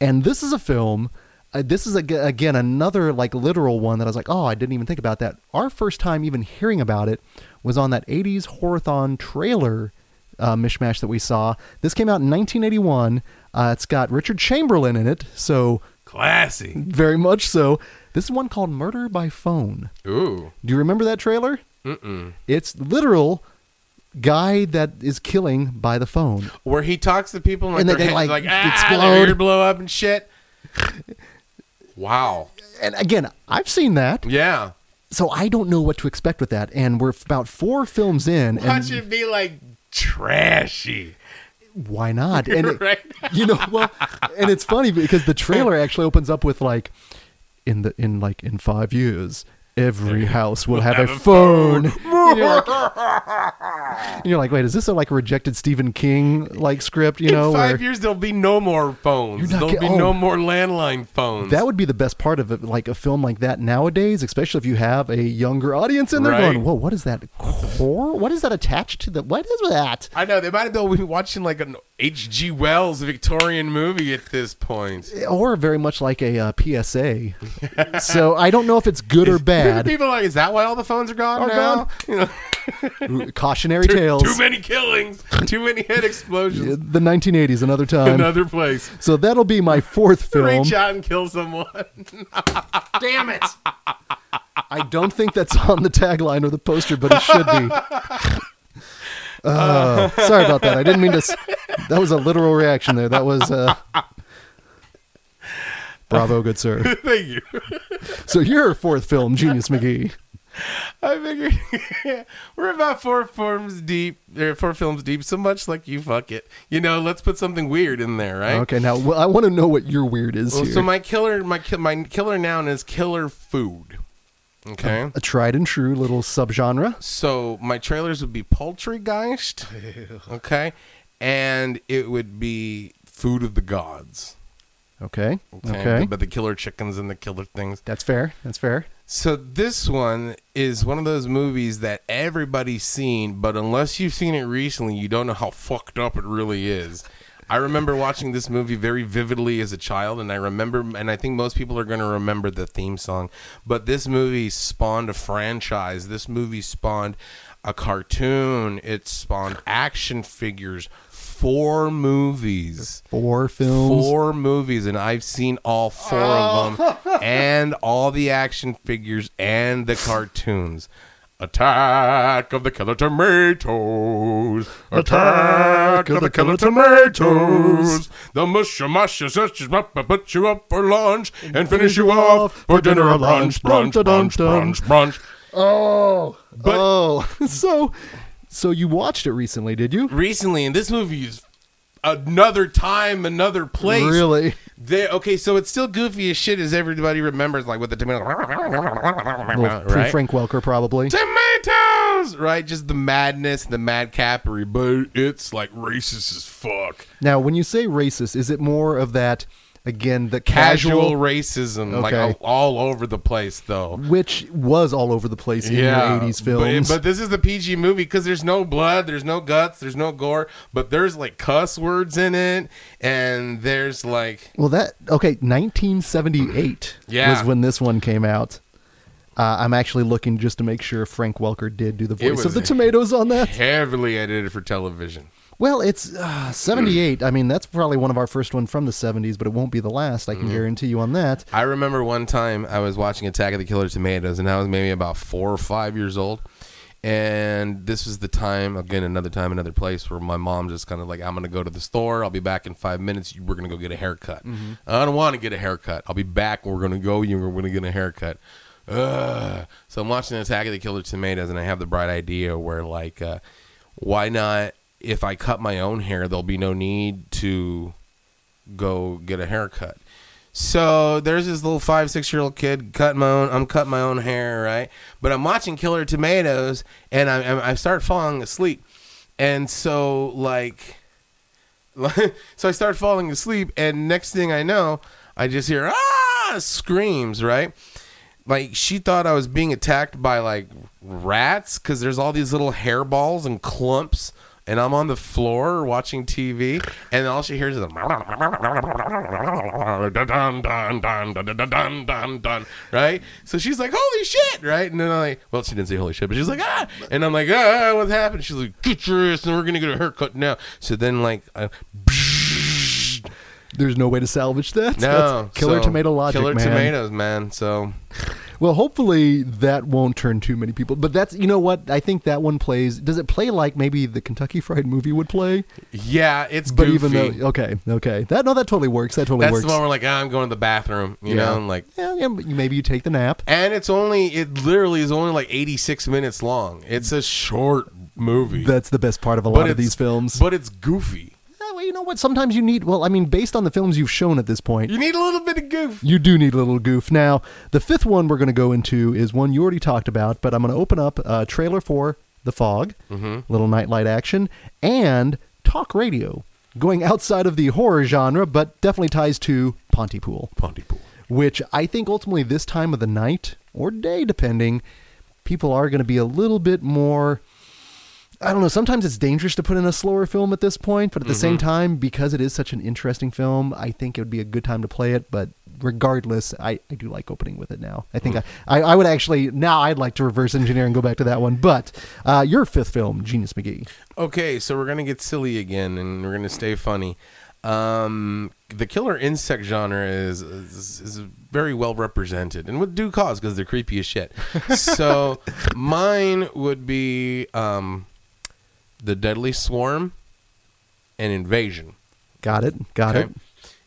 Speaker 2: And this is a film. Uh, this is ag- again another like literal one that I was like, oh, I didn't even think about that. Our first time even hearing about it was on that '80s horrorthon trailer uh, mishmash that we saw. This came out in 1981. Uh, it's got Richard Chamberlain in it, so
Speaker 3: Classy.
Speaker 2: very much so. This is one called Murder by Phone.
Speaker 3: Ooh.
Speaker 2: Do you remember that trailer? Mm-mm. It's literal guy that is killing by the phone.
Speaker 3: Where he talks to people and, like,
Speaker 2: And then
Speaker 3: their
Speaker 2: they,
Speaker 3: heads,
Speaker 2: like,
Speaker 3: like, ah,
Speaker 2: explode.
Speaker 3: their ear blow up and shit. wow.
Speaker 2: And again, I've seen that,
Speaker 3: Yeah.
Speaker 2: so I don't know what to expect with that. And we're about four films in,
Speaker 3: Watch
Speaker 2: and
Speaker 3: it be like trashy.
Speaker 2: why not? And it-
Speaker 3: right.
Speaker 2: you know, well, and it's funny because the trailer actually opens up with like, in the in like in five years. Every house will have, a phone. And you're, like, and you're like, wait, is this a, like a rejected Stephen King like script? You know,
Speaker 3: In five
Speaker 2: where-
Speaker 3: years, there'll be no more phones.
Speaker 2: You're not
Speaker 3: There'll
Speaker 2: get-
Speaker 3: be
Speaker 2: oh.
Speaker 3: no more landline phones.
Speaker 2: That would be the best part of it, like a film like that nowadays, especially if you have a younger audience and they're
Speaker 3: Right.
Speaker 2: going, "Whoa, what is that core? What is that attached to the? What is that?"
Speaker 3: I know they might have been watching like an H.G. Wells Victorian movie at this point.
Speaker 2: Or very much like a uh, PSA. so I don't know if it's good or bad.
Speaker 3: People are like, is that why all the phones are gone
Speaker 2: Are
Speaker 3: now?
Speaker 2: gone.
Speaker 3: You know,
Speaker 2: Cautionary
Speaker 3: too,
Speaker 2: tales.
Speaker 3: too many killings, too many head explosions.
Speaker 2: The 1980s, another time.
Speaker 3: Another place.
Speaker 2: So that'll be my fourth film.
Speaker 3: Reach out and kill someone. Damn it!
Speaker 2: I don't think that's on the tagline or the poster, but it should be. Oh, sorry about that. I didn't mean to. s- That was a literal reaction there. That was. Uh, bravo, good sir.
Speaker 3: Thank you.
Speaker 2: So your fourth film, Genius McGee.
Speaker 3: I figured we're about four films deep. Or four films deep. So much like you, fuck it. You know, let's put something weird in there, right?
Speaker 2: Okay, now well, I want to know what your weird is
Speaker 3: Well,
Speaker 2: here.
Speaker 3: so my killer, my ki- my killer noun is killer food. Okay.
Speaker 2: a tried and true little subgenre.
Speaker 3: So my trailers would be Poultrygeist, okay, and it would be Food of the Gods.
Speaker 2: Okay. Okay.
Speaker 3: But the killer chickens and the killer things.
Speaker 2: That's fair. That's fair.
Speaker 3: So this one is one of those movies that everybody's seen, but unless you've seen it recently, you don't know how fucked up it really is. I remember watching this movie very vividly as a child, and I remember, and I think most people are going to remember the theme song. But this movie spawned a franchise. This movie spawned a cartoon. It spawned action figures, four movies.
Speaker 2: Four films.
Speaker 3: Four movies, and I've seen all four of them, and all the action figures and the cartoons. Attack of the Killer Tomatoes! Attack of the Killer Tomatoes! The musha musha such up, put you up for lunch and finish you off for dinner or brunch, brunch, brunch, brunch, brunch. But-
Speaker 2: oh, so so you watched it recently, did you?
Speaker 3: Recently, and this movie is another time, another place.
Speaker 2: Really?
Speaker 3: They, okay, so it's still goofy as shit as everybody remembers, like with the tomato,
Speaker 2: Well, pre
Speaker 3: right?
Speaker 2: Frank Welker, probably.
Speaker 3: Tomatoes, right? Just the madness, the madcapery, but it's like racist as fuck.
Speaker 2: Now, when you say racist, is it more of that again the
Speaker 3: Casual,
Speaker 2: casual,
Speaker 3: racism, like
Speaker 2: Okay.
Speaker 3: all, all over the place, though.
Speaker 2: which was all over the place in
Speaker 3: Yeah,
Speaker 2: the '80s
Speaker 3: but-
Speaker 2: films?
Speaker 3: But, this is the PG movie because there's no blood, there's no guts, there's no gore, but there's like cuss words in it, and there's like
Speaker 2: well, that okay. 1978
Speaker 3: Yeah.
Speaker 2: was when this one came out. Uh, I'm actually looking just to make sure if Frank Welker did do the voice of
Speaker 3: was
Speaker 2: the
Speaker 3: a-
Speaker 2: tomatoes on that.
Speaker 3: heavily edited for television.
Speaker 2: Well, it's uh, 78. I mean, that's probably one of our first one from the 70s, but it won't be the last. I can
Speaker 3: Mm-hmm.
Speaker 2: guarantee you on that.
Speaker 3: I remember one time I was watching Attack of the Killer Tomatoes, and I was maybe about four or five years old. And this was the time, again, another time, another place where my mom just kind of like, I'm going to go to the store. I'll be back in five minutes. You- We're going to go get a haircut. I don't want to get a haircut. I'll be back. We're going to go. You're going to get a haircut. Ugh. So I'm watching Attack of the Killer Tomatoes, and I have the bright idea where, like, uh, why not? If I cut my own hair, there'll be no need to go get a haircut. So there's this little five, six year old kid cutting my own. I'm cutting my own hair, right? But I'm watching Killer Tomatoes, and I, I I start falling asleep, and so like, so I start falling asleep, and next thing I know, I just hear ah screams, right? Like she thought I was being attacked by like rats because there's all these little hair balls and clumps, and I'm on the floor watching TV, and all she hears is a dun dun dun dun dun dun dun dun right. So she's like, "Holy shit!" Right, and then I'm like, "Well, she didn't say holy shit, but she's like, ah," and I'm like, "Ah, what happened?" She's like, "Get your ass, and we're gonna get a haircut now." So then like. Uh,
Speaker 2: There's no way to salvage that.
Speaker 3: no,
Speaker 2: That's killer
Speaker 3: so-
Speaker 2: tomato logic,
Speaker 3: Killer
Speaker 2: man.
Speaker 3: tomatoes, man. So
Speaker 2: Well, hopefully that won't turn too many people. But that's, you know what? I think that one plays. Does it play like maybe the Kentucky Fried Movie would play?
Speaker 3: yeah, it's
Speaker 2: But
Speaker 3: goofy.
Speaker 2: even though, okay, okay, that no, that totally works. That totally
Speaker 3: That's
Speaker 2: works.
Speaker 3: the one where like ah, I'm going to the bathroom, you
Speaker 2: Yeah.
Speaker 3: know, and like.
Speaker 2: yeah, yeah, but you- maybe you take the nap.
Speaker 3: And it's only it literally is only like 86 minutes long. It's a short movie.
Speaker 2: That's the best part of a
Speaker 3: But
Speaker 2: lot of
Speaker 3: it's-
Speaker 2: these films.
Speaker 3: But it's goofy.
Speaker 2: Yeah, well, you know what? Sometimes you need. Well, I mean, based on the films you've shown at this point,
Speaker 3: You need a little bit of goof.
Speaker 2: You do need a little goof. Now, the fifth one we're going to go into is one you already talked about, but I'm going to open up a trailer for The Fog, little nightlight action, and talk radio, going outside of the horror genre, but definitely ties to Pontypool,
Speaker 3: Pontypool.
Speaker 2: which I think ultimately this time of the night or day, depending, people are going to be a little bit more. I don't know. Sometimes it's dangerous to put in a slower film at this point, but at the same
Speaker 3: Mm-hmm.
Speaker 2: time, because it is such an interesting film, I think it would be a good time to play it. But regardless, I, I do like opening with it now. I
Speaker 3: Hmm.
Speaker 2: think I, I, I would actually, now I'd like to reverse engineer and go back to that one. But uh, your fifth film, Genius McGee.
Speaker 3: Okay, so we're gonna get silly again, and we're gonna stay funny. Um, the killer insect genre is is, is very well represented, and with due cause because they're creepy as shit. so mine would be um, the deadly swarm and invasion.
Speaker 2: Got it. Got
Speaker 3: Okay.
Speaker 2: it.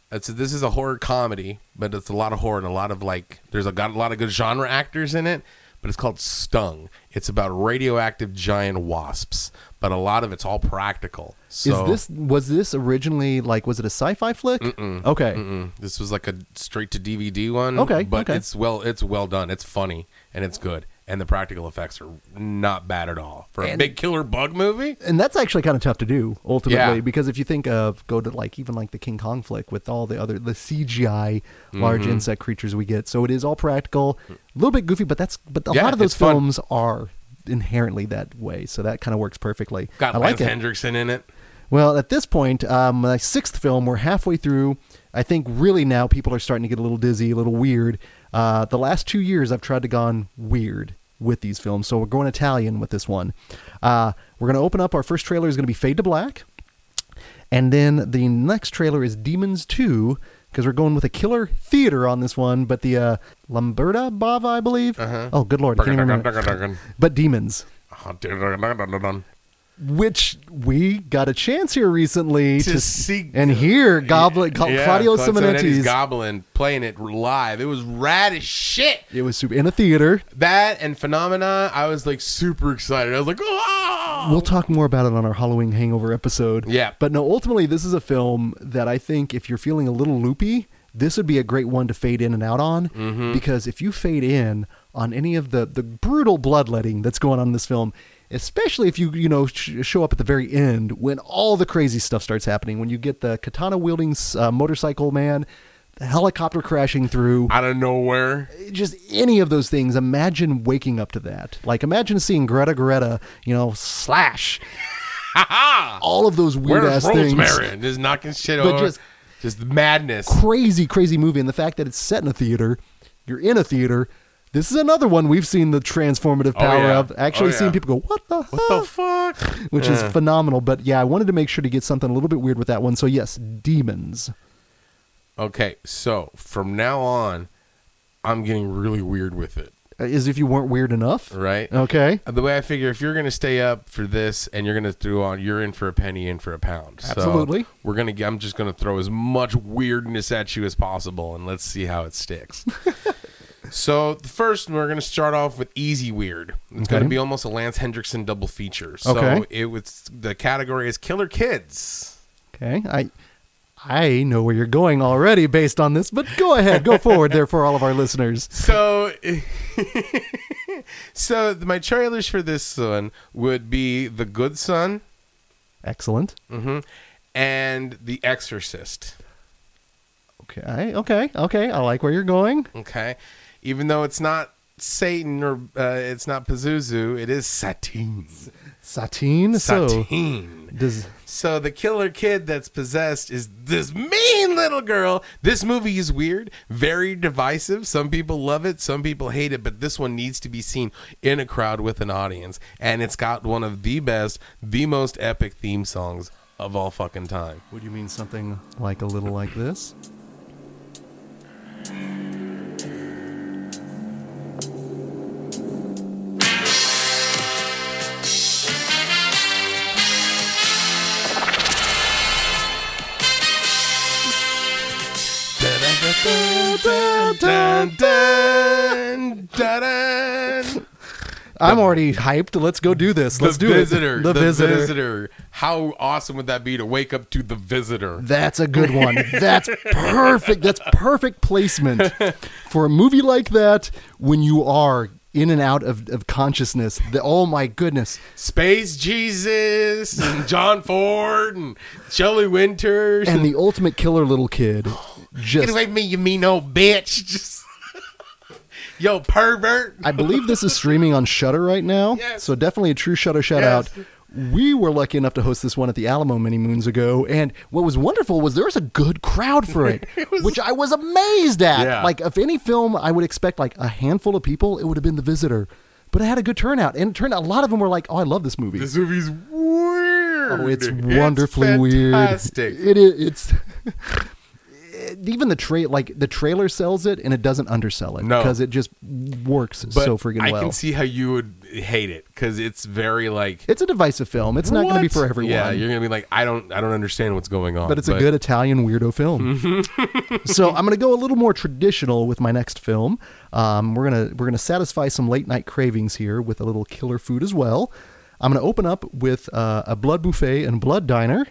Speaker 3: It's, this is a horror comedy, but it's a lot of horror and a lot of like. There's a got a lot of good genre actors in it, but it's called Stung. It's about radioactive giant wasps, but a lot of it's all practical.
Speaker 2: Is
Speaker 3: So,
Speaker 2: this, was this originally like, was it a sci fi flick? Okay.
Speaker 3: Mm-mm. this was like a straight to DVD one.
Speaker 2: Okay,
Speaker 3: but
Speaker 2: okay.
Speaker 3: it's well, it's well done. It's funny and it's good, and the practical effects are not bad at all for a big killer bug movie.
Speaker 2: and that's actually kind of tough to do ultimately
Speaker 3: Yeah.
Speaker 2: because if you think of go to like even like the King Kong flick with all the other the CGI
Speaker 3: Mm-hmm.
Speaker 2: large insect creatures we get, so it is all practical, a little bit goofy, but that's but a
Speaker 3: Yeah,
Speaker 2: lot of those
Speaker 3: it's fun.
Speaker 2: films are inherently that way, so that kind of works perfectly.
Speaker 3: Got
Speaker 2: I like
Speaker 3: Lance
Speaker 2: it.
Speaker 3: Hendrickson in it.
Speaker 2: Well, at this point, um, my sixth film, we're halfway through. I think really now people are starting to get a little dizzy, a little weird. Uh, the last two years, I've tried to gone weird with these films, so we're going Italian with this one. Uh, we're going to open up. Our first trailer is going to be Fade to Black, and then the next trailer is Demons Two because we're going with a killer theater on this one. But the uh, Lamberta Bava, I believe. Oh, good lord, I can't even remember. But demons which we got a chance here recently
Speaker 3: To
Speaker 2: to,
Speaker 3: see-
Speaker 2: and hear Goblin Cla-
Speaker 3: Yeah,
Speaker 2: Claudio
Speaker 3: Claude Simonetti's
Speaker 2: Simonetti's.
Speaker 3: Goblin playing it live. It was rad as shit.
Speaker 2: it was super in a theater.
Speaker 3: That and Phenomena, I was like super excited. I was like, oh!
Speaker 2: We'll talk more about it on our Halloween Hangover episode.
Speaker 3: Yeah.
Speaker 2: but no, ultimately this is a film that I think if you're feeling a little loopy, this would be a great one to fade in and out on because if you fade in on any of the the brutal bloodletting that's going on in this film. Especially if you you know sh- show up at the very end when all the crazy stuff starts happening when you get the katana wielding uh, motorcycle man, the helicopter crashing through,
Speaker 3: Out of nowhere.
Speaker 2: just any of those things imagine waking up to that like imagine seeing greta greta you know slash all of those weird
Speaker 3: Where's
Speaker 2: ass things
Speaker 3: Rosemary? Just knocking shit
Speaker 2: But
Speaker 3: over.
Speaker 2: just-
Speaker 3: Just, madness.
Speaker 2: crazy crazy movie and the fact that it's set in a theater you're in a theater This is another one we've seen the transformative
Speaker 3: Oh,
Speaker 2: power
Speaker 3: yeah.
Speaker 2: of. Actually,
Speaker 3: Oh, yeah.
Speaker 2: seen people go, "What the
Speaker 3: What
Speaker 2: hell?"
Speaker 3: the fuck?
Speaker 2: Which is phenomenal. But yeah, I wanted to make sure to get something a little bit weird with that one. So yes, demons.
Speaker 3: Okay, so from now on, I'm getting really weird with it,
Speaker 2: Uh, Is if you weren't weird enough,
Speaker 3: right?
Speaker 2: okay?
Speaker 3: The way I figure, if you're going to stay up for this and you're going to throw on, you're in for a penny, in for a pound. So
Speaker 2: Absolutely.
Speaker 3: we're gonna. g- I'm just going to throw as much weirdness at you as possible, and let's see how it sticks. so the first, we're going to start off with easy weird. It's
Speaker 2: Okay.
Speaker 3: going to be almost a Lance Hendrickson double feature. So
Speaker 2: Okay.
Speaker 3: it was the category is killer kids.
Speaker 2: Okay, I I know where you're going already based on this, but go ahead, go forward there for all of our listeners.
Speaker 3: So, so my trailers for this one would be The Good Son
Speaker 2: Excellent.
Speaker 3: mhm, and The Exorcist.
Speaker 2: Okay, okay, okay. I like where you're going.
Speaker 3: Okay, even though it's not Satan or uh, it's not Pazuzu, it is Satine.
Speaker 2: Satine. So
Speaker 3: Satine.
Speaker 2: does
Speaker 3: So the killer kid that's possessed is this mean little girl. This movie is weird, very divisive. Some people love it, some people hate it, but this one needs to be seen in a crowd with an audience. And it's got one of the best, the most epic theme songs of all fucking time.
Speaker 2: would you mean something like a little like this?
Speaker 3: Dun, dun, dun, dun.
Speaker 2: I'm already hyped. Let's go do this. Let's
Speaker 3: the
Speaker 2: do
Speaker 3: visitor,
Speaker 2: it.
Speaker 3: The, visitor. How awesome would that be to wake up to the visitor?
Speaker 2: That's a good one. That's perfect. That's perfect placement for a movie like that when you are in and out of, of consciousness. The, oh my goodness.
Speaker 3: Space Jesus and John Ford and Shelley Winters.
Speaker 2: And the ultimate killer little kid.
Speaker 3: Get
Speaker 2: Just
Speaker 3: away from me, you mean old bitch. Just Yo, pervert.
Speaker 2: I believe this is streaming on Shutter right now.
Speaker 3: Yes.
Speaker 2: So definitely a true Shutter shout
Speaker 3: Yes.
Speaker 2: out. We were lucky enough to host this one at the Alamo many moons ago, and what was wonderful was there was a good crowd for it, which I was amazed at.
Speaker 3: Yeah.
Speaker 2: Like, if any film I would expect like a handful of people, it would have been The Visitor, but it had a good turnout, and it turned out a lot of them were like, "Oh, I love this movie.
Speaker 3: This movie's weird.
Speaker 2: oh, it's wonderfully weird.
Speaker 3: fantastic.
Speaker 2: It is. It's." Even the tra- like the trailer sells it and it doesn't undersell it
Speaker 3: No.
Speaker 2: because it just works
Speaker 3: But
Speaker 2: so freaking
Speaker 3: I
Speaker 2: well.
Speaker 3: can see how you would hate it because it's very like
Speaker 2: It's a divisive film. It's not going to be
Speaker 3: What?
Speaker 2: for everyone.
Speaker 3: Yeah, you're gonna be like, I don't, I don't understand what's going on.
Speaker 2: but it's a good Italian weirdo film. so I'm going to go a little more traditional with my next film. Um, we're gonna we're gonna satisfy some late night cravings here with a little killer food as well. I'm going to open up with uh, a blood buffet and blood diner,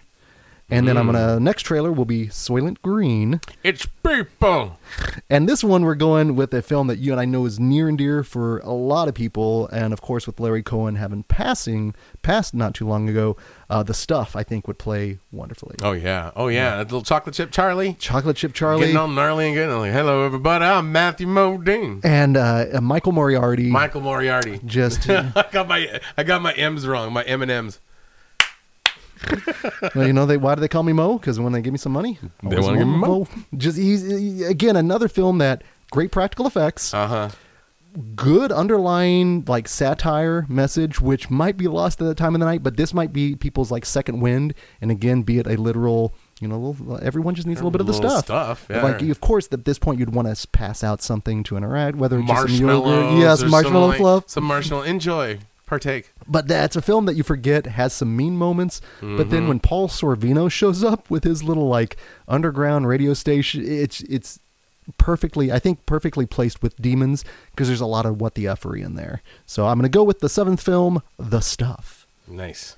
Speaker 2: and then I'm going to next trailer will be Soylent Green.
Speaker 3: It's people.
Speaker 2: And this one, we're going with a film that you and I know is near and dear for a lot of people, and of course, with Larry Cohen having passing passed not too long ago, uh, the stuff I think would play wonderfully.
Speaker 3: Oh yeah, oh yeah, that little chocolate chip Charlie.
Speaker 2: Chocolate Chip Charlie
Speaker 3: Getting all gnarly and getting all like, hello everybody, I'm Matthew Modine.
Speaker 2: and uh, uh, Michael Moriarty.
Speaker 3: Michael Moriarty.
Speaker 2: just well,
Speaker 3: I got my I got my M's wrong, my M and M's.
Speaker 2: you know, they why do they call me Mo? Because when they give me some money,
Speaker 3: They
Speaker 2: always
Speaker 3: wanna give me
Speaker 2: Mo. Just easy, again, another film that great practical effects,
Speaker 3: Uh huh.
Speaker 2: good underlying like satire message which might be lost at that time of the night but this might be people's like second wind and again be it a literal you know little, uh, everyone just needs a little bit of the
Speaker 3: Little
Speaker 2: stuff
Speaker 3: stuff, yeah.
Speaker 2: like of course at this point you'd want to pass out something to interact whether it's just some yogurt
Speaker 3: Marshmallows.
Speaker 2: yes
Speaker 3: or
Speaker 2: marshmallow
Speaker 3: some, like-
Speaker 2: fluff
Speaker 3: Some marshmallow. Enjoy. Partake.
Speaker 2: but that's a film that you forget has some mean moments but
Speaker 3: Mm-hmm.
Speaker 2: then when paul sorvino shows up with his little like underground radio station it's it's perfectly i think perfectly placed with demons because there's a lot of what the effery in there so i'm going to go with the seventh film the stuff
Speaker 3: Nice.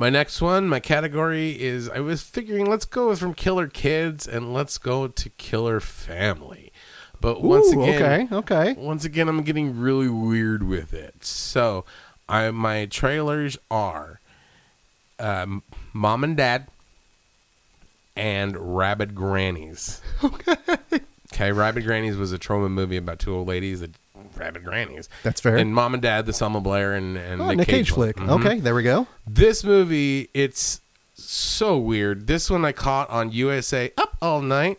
Speaker 3: My next one, my category is I was figuring let's go from killer kids and let's go to killer family. But once
Speaker 2: Ooh,
Speaker 3: again,
Speaker 2: okay okay
Speaker 3: once again I'm getting really weird with it. So, I my trailers are um, Mom and Dad and Rabid Grannies. Okay. Okay, Rabid Grannies was a trauma movie about two old ladies that rabid grannies.
Speaker 2: That's fair.
Speaker 3: And Mom and Dad, the Selma Blair and and
Speaker 2: Oh,
Speaker 3: Nick,
Speaker 2: Nick Cage
Speaker 3: one.
Speaker 2: flick.
Speaker 3: Mhm.
Speaker 2: Okay, there we go.
Speaker 3: This movie, it's so weird. This one I caught on USA Up All Night.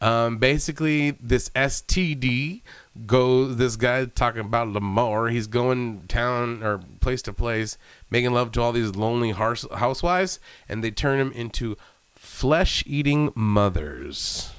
Speaker 3: Um, basically, this STD goes. This guy talking about Lamar. He's going town or place to place, making love to all these lonely hars- housewives, and they turn him into flesh-eating mothers.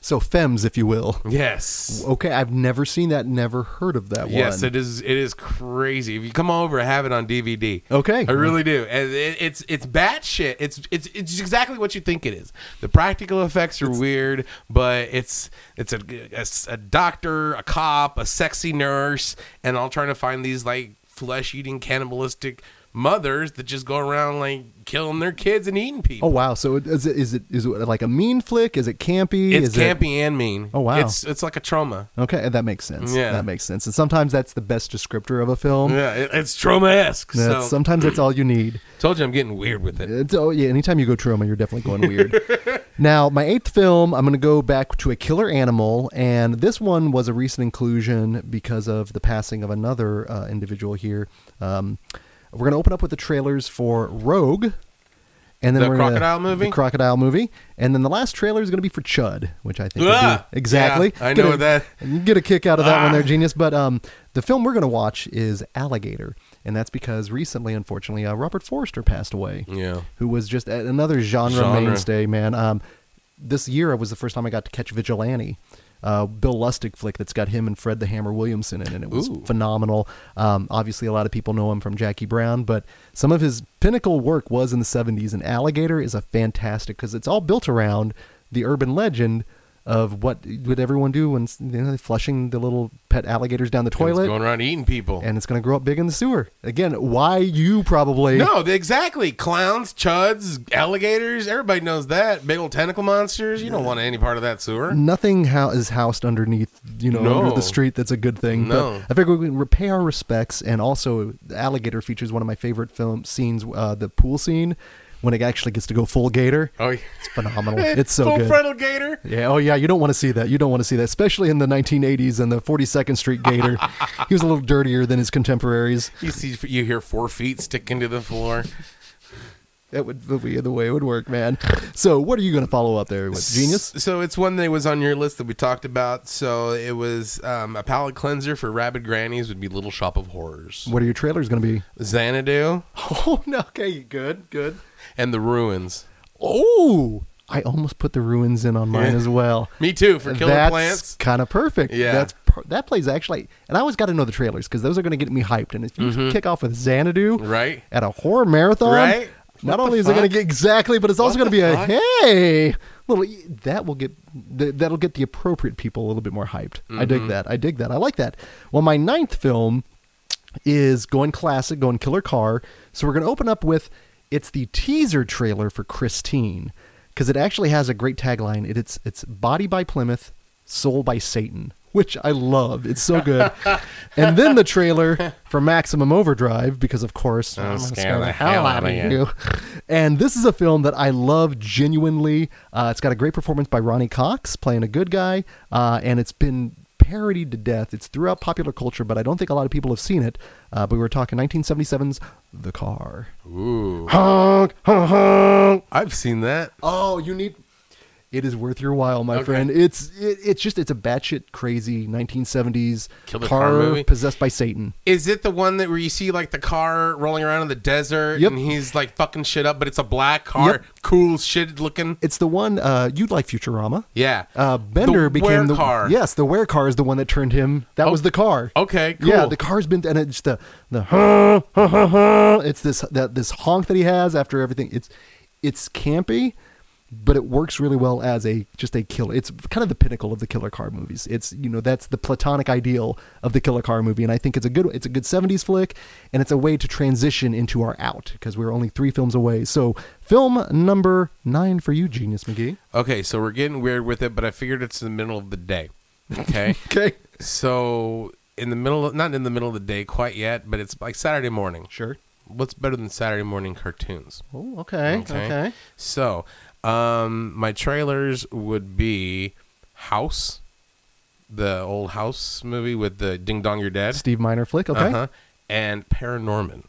Speaker 2: So femmes, if you will.
Speaker 3: Yes.
Speaker 2: Okay, I've never seen that, never heard of that
Speaker 3: Yes,
Speaker 2: one.
Speaker 3: it is. It is crazy. If you come over, I have it on DVD.
Speaker 2: Okay.
Speaker 3: I really do. And it, it's it's batshit. It's it's it's exactly what you think it is. The practical effects are weird, but it's it's a, a, a doctor, a cop, a sexy nurse, and all trying to find these like flesh eating cannibalistic mothers that just go around like killing their kids and eating people.
Speaker 2: Oh wow! So it, is it is it is it like a mean flick? Is it campy?
Speaker 3: it's
Speaker 2: is it-
Speaker 3: campy and mean.
Speaker 2: Oh, wow.
Speaker 3: It's it's like a trauma.
Speaker 2: Okay, that makes sense.
Speaker 3: Yeah.
Speaker 2: that makes sense. And sometimes that's the best descriptor of a film.
Speaker 3: Yeah, it, it's trauma esque. So
Speaker 2: That's, Sometimes that's all you need.
Speaker 3: told you I'm getting weird with it.
Speaker 2: It's, oh yeah, anytime you go trauma, you're definitely going weird. now, my eighth film, I'm going to go back to a killer animal, and this one was a recent inclusion because of the passing of another uh, individual here. Um, we're going to open up with the trailers for Rogue, and then
Speaker 3: The
Speaker 2: we're gonna-
Speaker 3: crocodile movie?
Speaker 2: the crocodile movie, and then the last trailer is going to be for Chud, which I think would be-
Speaker 3: Ah!
Speaker 2: exactly.
Speaker 3: Yeah, I
Speaker 2: Get
Speaker 3: know
Speaker 2: a-
Speaker 3: that.
Speaker 2: you get a kick out of that one
Speaker 3: Ah.
Speaker 2: there, genius. But um, the film we're going to watch is Alligator, and that's because recently, unfortunately, uh, Robert Forster passed away
Speaker 3: Yeah.
Speaker 2: who was just a- another genre,
Speaker 3: Genre.
Speaker 2: mainstay, man. Um, this year was the first time I got to catch Vigilante, uh, Bill Lustig flick that's got him and Fred the Hammer Williamson in it, and it was
Speaker 3: Ooh.
Speaker 2: phenomenal. Um, obviously, a lot of people know him from Jackie Brown, but some of his pinnacle work was in the 70s, and Alligator is a fantastic, because it's all built around the urban legend of what would everyone do when you know, flushing the little pet alligators down the
Speaker 3: It's
Speaker 2: toilet,
Speaker 3: going around eating people.
Speaker 2: and it's going to grow up big in the sewer. Again, why you probably...
Speaker 3: no, they- exactly. Clowns, chuds, alligators. Everybody knows that. Big old tentacle monsters. You don't want any part of that sewer.
Speaker 2: nothing how is housed underneath you know under
Speaker 3: No.
Speaker 2: the street that's a good thing
Speaker 3: No.
Speaker 2: but i figure we can pay our respects and also the alligator features one of my favorite film scenes uh, the pool scene when it actually gets to go full gator
Speaker 3: Oh, yeah.
Speaker 2: it's phenomenal it's so
Speaker 3: full
Speaker 2: good
Speaker 3: frontal gator.
Speaker 2: yeah oh yeah you don't want to see that you don't want to see that especially in the 1980s and the 42nd street gator he was a little dirtier than his contemporaries
Speaker 3: You see, you hear four feet stick into the floor.
Speaker 2: that would be the way it would work man so what are you going to follow up there with genius
Speaker 3: S- So it's one that was on your list that we talked about. So it was um, a palate cleanser for rabid grannies would be Little Shop of Horrors,
Speaker 2: what are your trailers going to be
Speaker 3: Xanadu,
Speaker 2: oh no okay good good
Speaker 3: and The Ruins.
Speaker 2: Oh, I almost put the ruins in on mine
Speaker 3: Yeah.
Speaker 2: as well.
Speaker 3: Me too for Killer
Speaker 2: That's
Speaker 3: Plants.
Speaker 2: kind of perfect.
Speaker 3: Yeah.
Speaker 2: that's per- that plays actually. And I always got to know the trailers because those are going to get me hyped. And if you kick off with Xanadu,
Speaker 3: Mm-hmm. Right.
Speaker 2: at a horror marathon,
Speaker 3: Right?
Speaker 2: Not only is it going to get exactly, but it's also going to
Speaker 3: What
Speaker 2: be
Speaker 3: the
Speaker 2: a
Speaker 3: fuck?
Speaker 2: hey little. That will get th- that'll get the appropriate people a little bit more hyped. I
Speaker 3: Mm-hmm.
Speaker 2: dig that. I dig that. I like that. Well, my ninth film is going classic, going killer car. So we're going to open up with it's the teaser trailer for Christine because it actually has a great tagline. It, it's it's body by Plymouth, soul by Satan, which I love. It's so good. and then the trailer for Maximum Overdrive because of course I'm gonna
Speaker 3: Oh, scare the hell out of you.
Speaker 2: And this is a film that I love genuinely. Uh, it's got a great performance by Ronnie Cox playing a good guy, uh, and it's been parodied to death. It's throughout popular culture, but I don't think a lot of people have seen it. Uh, but we were talking 1977's The Car.
Speaker 3: Ooh,
Speaker 2: Honk, honk, honk.
Speaker 3: I've seen that.
Speaker 2: Oh, you need. It is worth your while, my
Speaker 3: Okay.
Speaker 2: friend. It's it, it's just it's a batshit crazy 1970s
Speaker 3: Killer car movie?
Speaker 2: possessed by Satan.
Speaker 3: Is it the one that where you see like the car rolling around in the desert
Speaker 2: Yep.
Speaker 3: and he's like fucking shit up, but it's a black car,
Speaker 2: Yep.
Speaker 3: cool shit looking?
Speaker 2: It's the one uh, you'd like Futurama.
Speaker 3: Yeah.
Speaker 2: Uh, Bender
Speaker 3: The
Speaker 2: became
Speaker 3: wear
Speaker 2: the
Speaker 3: car. Oh.
Speaker 2: Yes, the wear car is the one that turned him. That was the car.
Speaker 3: Okay, cool.
Speaker 2: Yeah, the car's been and it's the the honk, honk, honk, honk. it's this that this honk that he has after everything. It's it's campy, but it works really well as a just a killer. It's kind of the pinnacle of the killer car movies. It's you know that's the platonic ideal of the killer car movie, and I think it's a good it's a good '70s flick, and it's a way to transition into our out because we're only three films away. So film number nine for you, Genius McGee.
Speaker 3: okay, so we're getting weird with it, but I figured it's in the middle of the day. Okay.
Speaker 2: Okay,
Speaker 3: so in the middle, of, not in the middle of the day quite yet, but it's like Saturday morning.
Speaker 2: sure.
Speaker 3: What's better than Saturday morning cartoons?
Speaker 2: Oh, okay, okay.
Speaker 3: So, um, my trailers would be House, the old House movie with the Ding Dong You're Dead.
Speaker 2: Uh-huh. Steve Miner flick. Okay,
Speaker 3: Uh-huh. And Paranorman.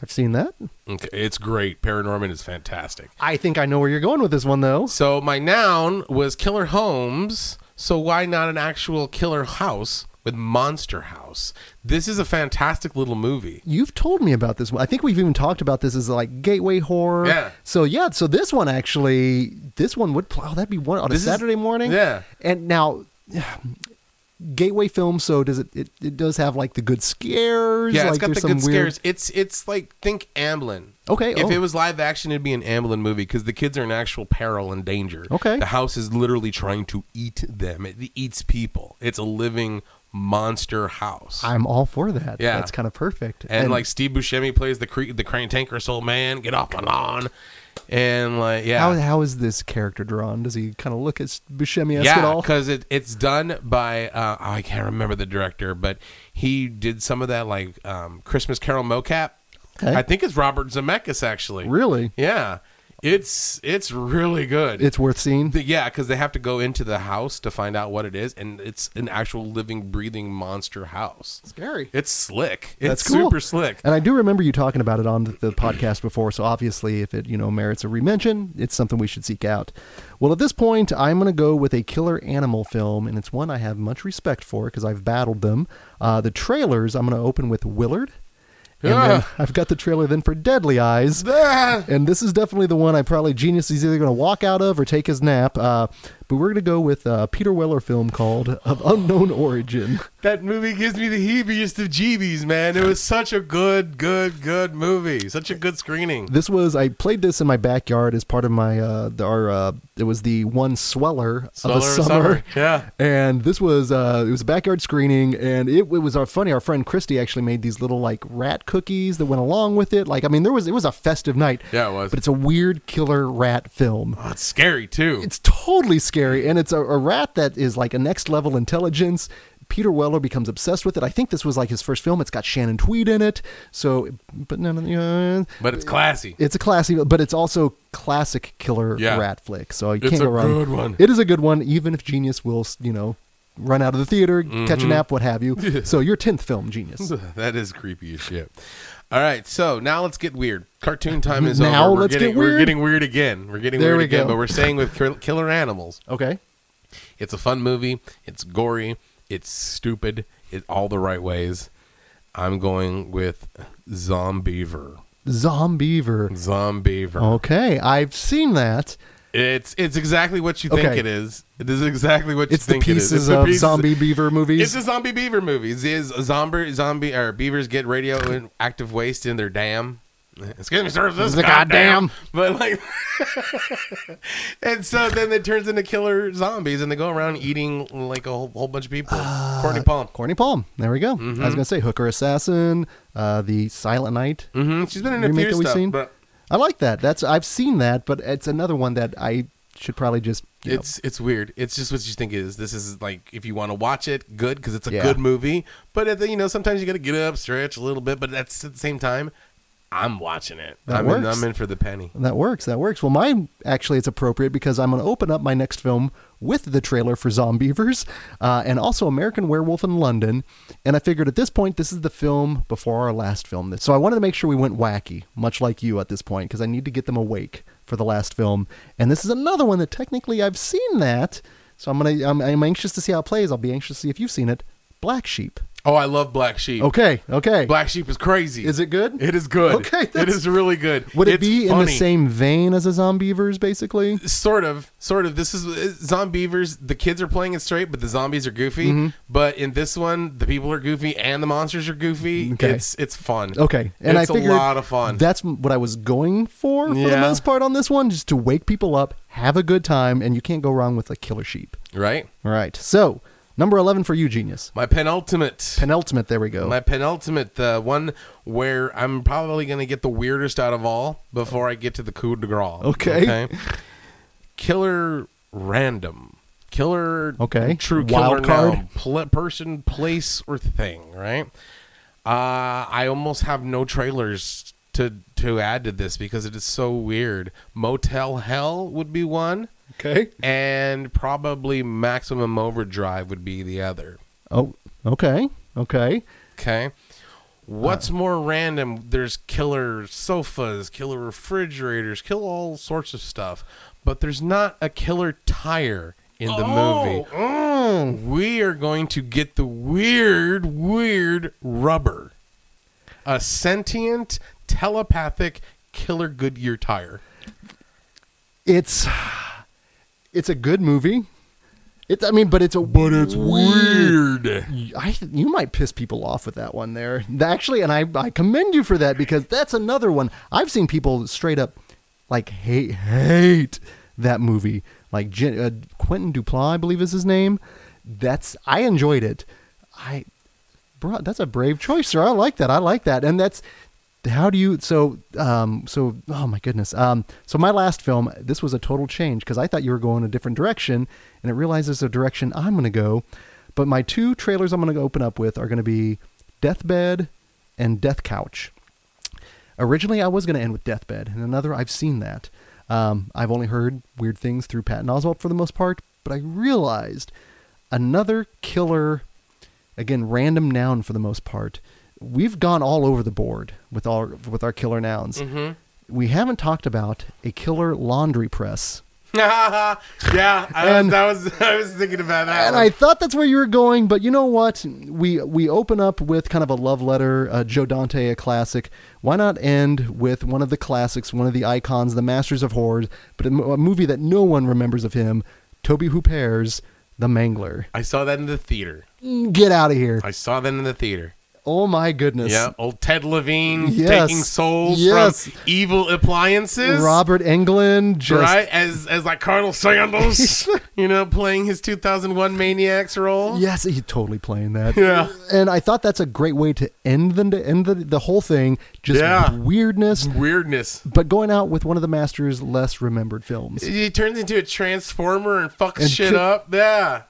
Speaker 2: I've seen that.
Speaker 3: Okay, it's great. Paranorman is fantastic.
Speaker 2: I think I know where you're going with this one, though.
Speaker 3: So my noun was Killer Homes. So why not an actual killer house with Monster House? This is a fantastic little movie.
Speaker 2: You've told me about this one. I think we've even talked about this as like gateway horror.
Speaker 3: Yeah.
Speaker 2: So yeah, so this one actually, this one would wow, that'd be one on
Speaker 3: This
Speaker 2: a
Speaker 3: is-
Speaker 2: Saturday morning.
Speaker 3: yeah.
Speaker 2: And now, gateway film. So does it? It, it does have like the good scares.
Speaker 3: Yeah,
Speaker 2: like
Speaker 3: it's got
Speaker 2: there's
Speaker 3: the
Speaker 2: some
Speaker 3: good
Speaker 2: weird-
Speaker 3: scares. It's it's like think Amblin.
Speaker 2: Okay,
Speaker 3: If
Speaker 2: oh.
Speaker 3: it was live action, it'd be an Amblin movie because the kids are in actual peril and danger.
Speaker 2: Okay.
Speaker 3: The house is literally trying to eat them. It eats people. It's a living monster house.
Speaker 2: I'm all for that.
Speaker 3: Yeah.
Speaker 2: That's kind of perfect.
Speaker 3: and, like Steve Buscemi plays the cre- the cantankerous old man. Get off my lawn. And like yeah.
Speaker 2: How, how is this character drawn? Does he kind of look at Buscemi at
Speaker 3: yeah,
Speaker 2: all?
Speaker 3: because it, it's done by uh, oh, I can't remember the director, but he did some of that like um, Christmas Carol mocap.
Speaker 2: Okay.
Speaker 3: I think it's Robert Zemeckis actually.
Speaker 2: Really?
Speaker 3: Yeah, it's it's really good.
Speaker 2: It's worth seeing.
Speaker 3: The- yeah, because they have to go into the house to find out what it is, and it's an actual living, breathing monster house.
Speaker 2: Scary.
Speaker 3: It's slick. It's
Speaker 2: That's cool.
Speaker 3: super slick.
Speaker 2: And I do remember you talking about it on the, the podcast before, so obviously if it, you know, merits a remention, it's something we should seek out. Well, at this point, I'm going to go with a killer animal film, and it's one I have much respect for because I've battled them. Uh, the trailers, I'm going to open with Willard. And then
Speaker 3: Ah.
Speaker 2: I've got the trailer then for Deadly Eyes.
Speaker 3: Ah!
Speaker 2: And this is definitely the one I probably genius is either going to walk out of or take his nap. Uh, but we're going to go with a Peter Weller film called Of Unknown Origin.
Speaker 3: That movie gives me the heebiest of jeebies, man. It was such a good, good, good movie. Such a good screening.
Speaker 2: This was I played this in my backyard as part of my uh, the, our uh, it was the one sweller,
Speaker 3: Sweller
Speaker 2: of a
Speaker 3: of
Speaker 2: summer.
Speaker 3: summer, yeah.
Speaker 2: And this was uh, it was a backyard screening, and it, it was our funny. Our friend Christy actually made these little like rat cookies that went along with it. Like I mean, there was it was a festive night.
Speaker 3: Yeah, it was.
Speaker 2: But it's a weird killer rat film.
Speaker 3: Oh, it's scary too.
Speaker 2: It's totally scary, and it's a, a rat that is like a next level intelligence. Peter Weller becomes obsessed with it. I think this was like his first film. It's got Shannon Tweed in it. So, but none of the. Uh,
Speaker 3: but it's classy.
Speaker 2: it's a classy, but it's also classic killer
Speaker 3: Yeah.
Speaker 2: rat flick. So you
Speaker 3: It's
Speaker 2: can't
Speaker 3: a
Speaker 2: go wrong.
Speaker 3: good one.
Speaker 2: It is a good one, even if Genius will, you know, run out of the theater,
Speaker 3: Mm-hmm.
Speaker 2: catch a nap, what have you. so your tenth film, Genius.
Speaker 3: that is creepy as shit. All right, so now let's get weird. Cartoon time is
Speaker 2: Now
Speaker 3: over. We're
Speaker 2: let's
Speaker 3: getting,
Speaker 2: get
Speaker 3: We're
Speaker 2: weird?
Speaker 3: getting weird again. We're getting
Speaker 2: There
Speaker 3: weird
Speaker 2: we
Speaker 3: again,
Speaker 2: go.
Speaker 3: but we're staying with kill- killer animals.
Speaker 2: Okay.
Speaker 3: It's a fun movie. It's gory. It's stupid. It's all the right ways. I'm going with Zombiever.
Speaker 2: Zombiever.
Speaker 3: Zombiever.
Speaker 2: Okay, I've seen that.
Speaker 3: It's it's exactly what you think
Speaker 2: Okay.
Speaker 3: it is. It is exactly what
Speaker 2: It's
Speaker 3: you
Speaker 2: the
Speaker 3: think it is.
Speaker 2: pieces
Speaker 3: It's the
Speaker 2: of
Speaker 3: pieces-
Speaker 2: zombie beaver movies.
Speaker 3: It's a zombie beaver movie. It's it's a zombie zombie or beavers get radioactive waste in their dam. Excuse me, sir. This
Speaker 2: This
Speaker 3: is
Speaker 2: is a goddamn-
Speaker 3: goddamn. But like, and so then it turns into killer zombies, and they go around eating like a whole, whole bunch of people.
Speaker 2: Uh,
Speaker 3: Courtney Palm.
Speaker 2: Corny Palm. There we go.
Speaker 3: Mm-hmm.
Speaker 2: I was gonna say Hooker Assassin, uh, the Silent Night.
Speaker 3: hmm She's been in a
Speaker 2: remake
Speaker 3: few
Speaker 2: that we've
Speaker 3: stuff,
Speaker 2: seen?
Speaker 3: but
Speaker 2: I like that. That's I've seen that, but it's another one that I should probably just. You know,
Speaker 3: it's it's weird. It's just what you think it is. This is like if you want to watch it, good because it's a
Speaker 2: Yeah.
Speaker 3: good movie. But at the, you know, sometimes you got to get up, stretch a little bit. But that's at the same time, I'm watching it.
Speaker 2: That
Speaker 3: I'm In,
Speaker 2: works.
Speaker 3: I'm in for the penny.
Speaker 2: That works. That works. Well, mine actually it's appropriate because I'm going to open up my next film with the trailer for Zombievers uh, and also American Werewolf in London. And I figured at this point this is the film before our last film, so I wanted to make sure we went wacky, much like you at this point, because I need to get them awake for the last film. And this is another one that technically I've seen that, so I'm gonna I'm, I'm anxious to see how it plays. I'll be anxious to see if you've seen it. Black Sheep.
Speaker 3: Oh, I love Black Sheep.
Speaker 2: Okay. Okay.
Speaker 3: Black Sheep is crazy.
Speaker 2: Is it good?
Speaker 3: It is good.
Speaker 2: Okay,
Speaker 3: it
Speaker 2: that's-
Speaker 3: is really good.
Speaker 2: Would it
Speaker 3: It's
Speaker 2: be in the
Speaker 3: funny.
Speaker 2: same vein as a Zombievers, basically?
Speaker 3: Sort of, sort of. This is uh, Zombievers. The kids are playing it straight, but the zombies are goofy.
Speaker 2: Mm-hmm.
Speaker 3: But in this one, the people are goofy and the monsters are goofy.
Speaker 2: Okay.
Speaker 3: It's it's fun.
Speaker 2: Okay, and
Speaker 3: it's
Speaker 2: I figured
Speaker 3: a lot of fun.
Speaker 2: That's m- what I was going for for the
Speaker 3: Yeah.
Speaker 2: most part on this one, just to wake people up, have a good time, and you can't go wrong with a killer sheep.
Speaker 3: right?
Speaker 2: All right, so number eleven for you, genius.
Speaker 3: My penultimate.
Speaker 2: Penultimate. There we go.
Speaker 3: my penultimate, the one where I'm probably going to get the weirdest out of all before I get to the coup de grace.
Speaker 2: Okay.
Speaker 3: Killer random. Killer.
Speaker 2: Okay.
Speaker 3: True killer
Speaker 2: Wild card.
Speaker 3: noun. Pl- person, place, or thing, right? Uh, I almost have no trailers to, to add to this because it is so weird. Motel Hell would be one,
Speaker 2: okay.
Speaker 3: and probably Maximum Overdrive would be the other.
Speaker 2: Oh, okay, okay.
Speaker 3: Okay. What's more random? There's killer sofas, killer refrigerators, kill all sorts of stuff, but there's not a killer tire in the movie. Hmm. We are going to get the weird, weird rubber. A sentient, telepathic killer Goodyear tire.
Speaker 2: It's it's a good movie. It's I mean, but it's a but it's
Speaker 3: Weird.
Speaker 2: I you might piss people off with that one there. Actually, and I I commend you for that because that's another one I've seen people straight up like hate hate that movie. Like Gen, uh, Quentin Dupla, I believe is his name. That's I enjoyed it. I bro, that's a brave choice, sir. I like that. I like that. And that's how do you so um so oh my goodness um so my last film this was a total change because I thought you were going a different direction and it realizes the direction I'm gonna go, but my two trailers I'm gonna open up with are gonna be Deathbed and Death Couch. Originally, I was going to end with Deathbed, and another I've seen that. Um, I've only heard weird things through Patton Oswalt for the most part, but I realized another killer, again, random noun for the most part. We've gone all over the board with our with our killer nouns. We haven't talked about a killer laundry press,
Speaker 3: yeah, I,
Speaker 2: And-
Speaker 3: was, I was I was thinking about that.
Speaker 2: and
Speaker 3: one.
Speaker 2: I thought that's where you were going, but you know what? We we open up with kind of a love letter, uh, Joe Dante, a classic. Why not end with one of the classics, one of the icons, the masters of horror, but a, mo- a movie that no one remembers of him, Toby Hooper's The Mangler.
Speaker 3: I saw that in the theater.
Speaker 2: Get out of here!
Speaker 3: I saw that in the theater.
Speaker 2: Oh my goodness!
Speaker 3: Yeah, old Ted Levine
Speaker 2: Yes.
Speaker 3: taking souls
Speaker 2: Yes.
Speaker 3: from evil appliances.
Speaker 2: Robert Englund, just
Speaker 3: right? As as like Colonel Sanders, you know, playing his 2001 Maniacs role.
Speaker 2: yes, he's totally playing that.
Speaker 3: Yeah.
Speaker 2: And I thought that's a great way to end the end the, the whole thing, just
Speaker 3: Yeah.
Speaker 2: weirdness.
Speaker 3: Weirdness.
Speaker 2: But going out with one of the master's less remembered films.
Speaker 3: He turns into a transformer and fucks
Speaker 2: And
Speaker 3: shit
Speaker 2: ki-
Speaker 3: up. Yeah.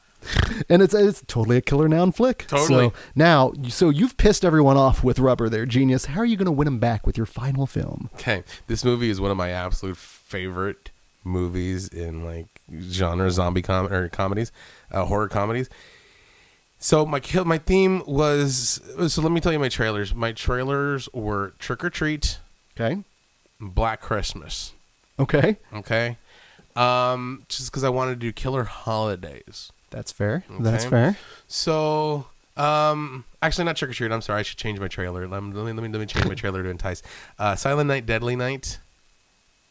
Speaker 2: and it's it's totally a killer noun flick.
Speaker 3: Totally.
Speaker 2: So now, so you've pissed everyone off with rubber there, genius. How are you going to win them back with your final film?
Speaker 3: Okay, this movie is one of my absolute favorite movies in like genre zombie com- or comedies, uh, horror comedies. So my kill my theme was so let me tell you my trailers. My trailers were Trick or Treat,
Speaker 2: Okay.
Speaker 3: Black Christmas.
Speaker 2: Okay.
Speaker 3: Okay, um, just because I wanted to do Killer Holidays.
Speaker 2: That's fair. That's
Speaker 3: Okay.
Speaker 2: fair.
Speaker 3: So, um, actually, not trick or treat. I'm sorry. I should change my trailer. Let me let me, let me, let me change my trailer to entice. Uh, Silent Night, Deadly Night,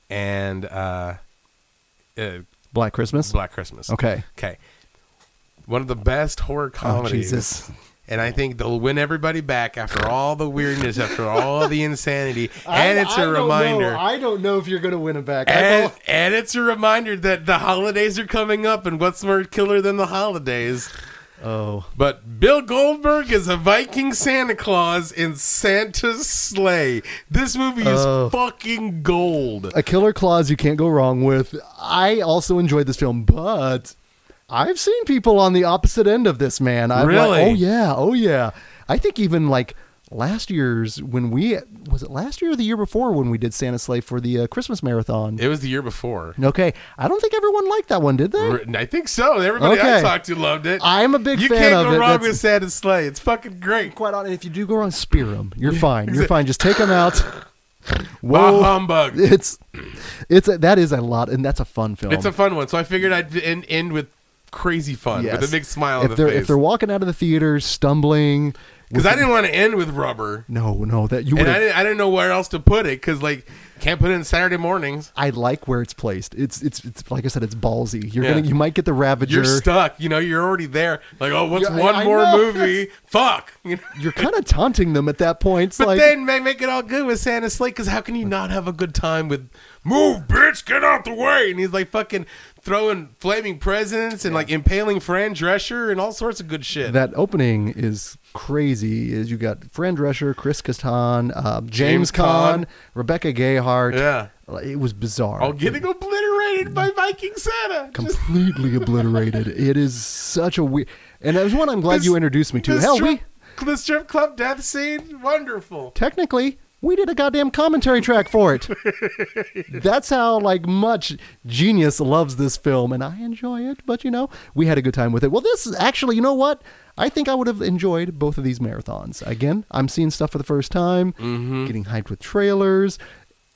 Speaker 3: and uh, uh,
Speaker 2: Black Christmas.
Speaker 3: Black Christmas.
Speaker 2: Okay.
Speaker 3: Okay. One of the best horror
Speaker 2: Oh
Speaker 3: comedies.
Speaker 2: Jesus.
Speaker 3: And I think they'll win everybody back after all the weirdness, after all the insanity. And it's a
Speaker 2: a
Speaker 3: reminder.
Speaker 2: I don't know if you're going to win them back.
Speaker 3: And, and it's a reminder that the holidays are coming up, and what's more killer than the holidays?
Speaker 2: oh.
Speaker 3: But Bill Goldberg is a Viking Santa Claus in Santa's sleigh. This movie is
Speaker 2: Oh.
Speaker 3: fucking gold.
Speaker 2: A killer clause you can't go wrong with. I also enjoyed this film, but I've seen people on the opposite end of this man. I'm like,
Speaker 3: Really?
Speaker 2: oh yeah, oh yeah. I think even like last year's when we was it last year or the year before when we did Santa Slave for the uh, Christmas marathon.
Speaker 3: It was the year before.
Speaker 2: okay, I don't think everyone liked that one, did they?
Speaker 3: I think so. Everybody I
Speaker 2: Okay.
Speaker 3: talked to loved it.
Speaker 2: I'm a big
Speaker 3: you
Speaker 2: fan
Speaker 3: can't
Speaker 2: of
Speaker 3: go
Speaker 2: it.
Speaker 3: wrong
Speaker 2: That's-
Speaker 3: with Santa's sleigh. It's fucking great.
Speaker 2: Quite honest, if you do go wrong, spear them. You're fine. You're fine. Just take them out.
Speaker 3: Bah
Speaker 2: Whoa,
Speaker 3: humbug.
Speaker 2: it's it's a, that is a lot, and that's a fun film.
Speaker 3: It's a fun one. So I figured I'd end, end with crazy fun with a big smile
Speaker 2: if
Speaker 3: on the
Speaker 2: they're
Speaker 3: face.
Speaker 2: if they're walking out of the theater stumbling,
Speaker 3: Because I didn't want to end with rubber,
Speaker 2: no, no, that you would.
Speaker 3: and I
Speaker 2: I,
Speaker 3: didn't, I didn't know where else to put it. Because like can't put it in Saturday mornings.
Speaker 2: like where it's placed. It's it's it's like I said, it's ballsy. You're
Speaker 3: Yeah.
Speaker 2: gonna you might get the Ravager.
Speaker 3: you're stuck. You know, you're already there. Like, oh, what's
Speaker 2: Yeah, I-
Speaker 3: one
Speaker 2: I
Speaker 3: more
Speaker 2: know.
Speaker 3: movie? Fuck. You know?
Speaker 2: You're kind of taunting them at that point. It's
Speaker 3: But
Speaker 2: like,
Speaker 3: then they make it all good with Santa Slate because how can you not have a good time with move, bitch, get out the way? And he's like fucking throwing flaming presents and like impaling Fran Drescher and all sorts of good shit.
Speaker 2: that opening is crazy. Is you got Fran Drescher, Chris Catan, uh, James,
Speaker 3: James
Speaker 2: Caan,
Speaker 3: Caan.
Speaker 2: Rebecca Gayhart.
Speaker 3: yeah. Oh,
Speaker 2: Like, it was bizarre.
Speaker 3: All getting obliterated by Viking Santa. Just-
Speaker 2: completely obliterated. It is such a weird, and that was one I'm glad
Speaker 3: this-
Speaker 2: you introduced me to.
Speaker 3: this
Speaker 2: Hell, we
Speaker 3: strip, the strip club death scene, wonderful.
Speaker 2: technically we did a goddamn commentary track for it. That's how like much genius loves this film, and I enjoy it. But you know, we had a good time with it. Well, this is actually, you know what? I think I would have enjoyed both of these marathons. Again, I'm seeing stuff for the first time,
Speaker 3: Mm-hmm.
Speaker 2: getting hyped with trailers.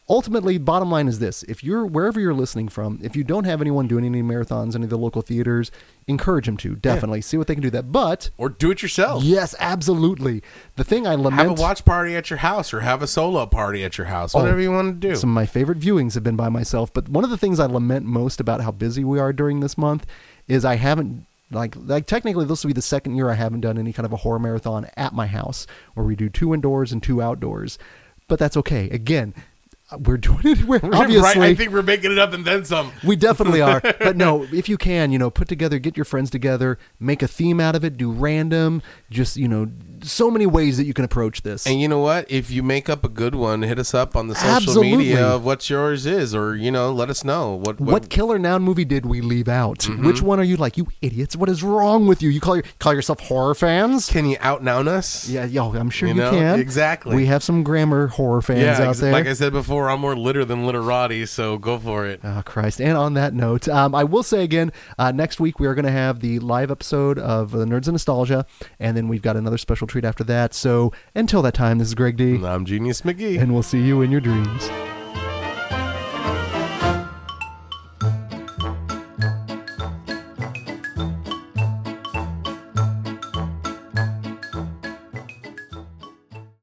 Speaker 2: Ultimately, bottom line is this: if you're wherever you're listening from, if you don't have anyone doing any marathons, any of the local theaters, encourage them to definitely see what they can do. That, but
Speaker 3: Or do it yourself.
Speaker 2: yes, absolutely. The thing I lament.
Speaker 3: Have a watch party at your house or have a solo party at your house. Whatever you want to do.
Speaker 2: Oh, Some of my favorite viewings have been by myself, but one of the things I lament most about how busy we are during this month is I haven't like like technically this will be the second year I haven't done any kind of a horror marathon at my house where we do two indoors and two outdoors. But that's okay. Again, we're doing it. We're obviously
Speaker 3: right? I think we're making it up and then some.
Speaker 2: we definitely are. But no, if you can, you know, put together, get your friends together, make a theme out of it, do random, just, you know, so many ways that you can approach this.
Speaker 3: And you know what? If you make up a good one, hit us up on the social
Speaker 2: Absolutely.
Speaker 3: media of what yours is, or you know, let us know what
Speaker 2: What, killer noun movie did we leave out?
Speaker 3: Mm-hmm.
Speaker 2: Which one are you like? You idiots! What is wrong with you? You call your, call yourself horror fans?
Speaker 3: can you outnown us?
Speaker 2: Yeah, yo, I'm sure you,
Speaker 3: You know,
Speaker 2: can.
Speaker 3: exactly.
Speaker 2: We have some grammar horror fans
Speaker 3: Yeah,
Speaker 2: out
Speaker 3: ex-
Speaker 2: there.
Speaker 3: like I said before, I'm more litter than literati, so go for it.
Speaker 2: Oh, Christ. And on that note, um, I will say again, uh, next week we are going to have the live episode of the Nerds and Nostalgia, and then we've got another special treat after that. So until that time, this is Greg D,
Speaker 3: I'm Genius McGee.
Speaker 2: and we'll see you in your dreams.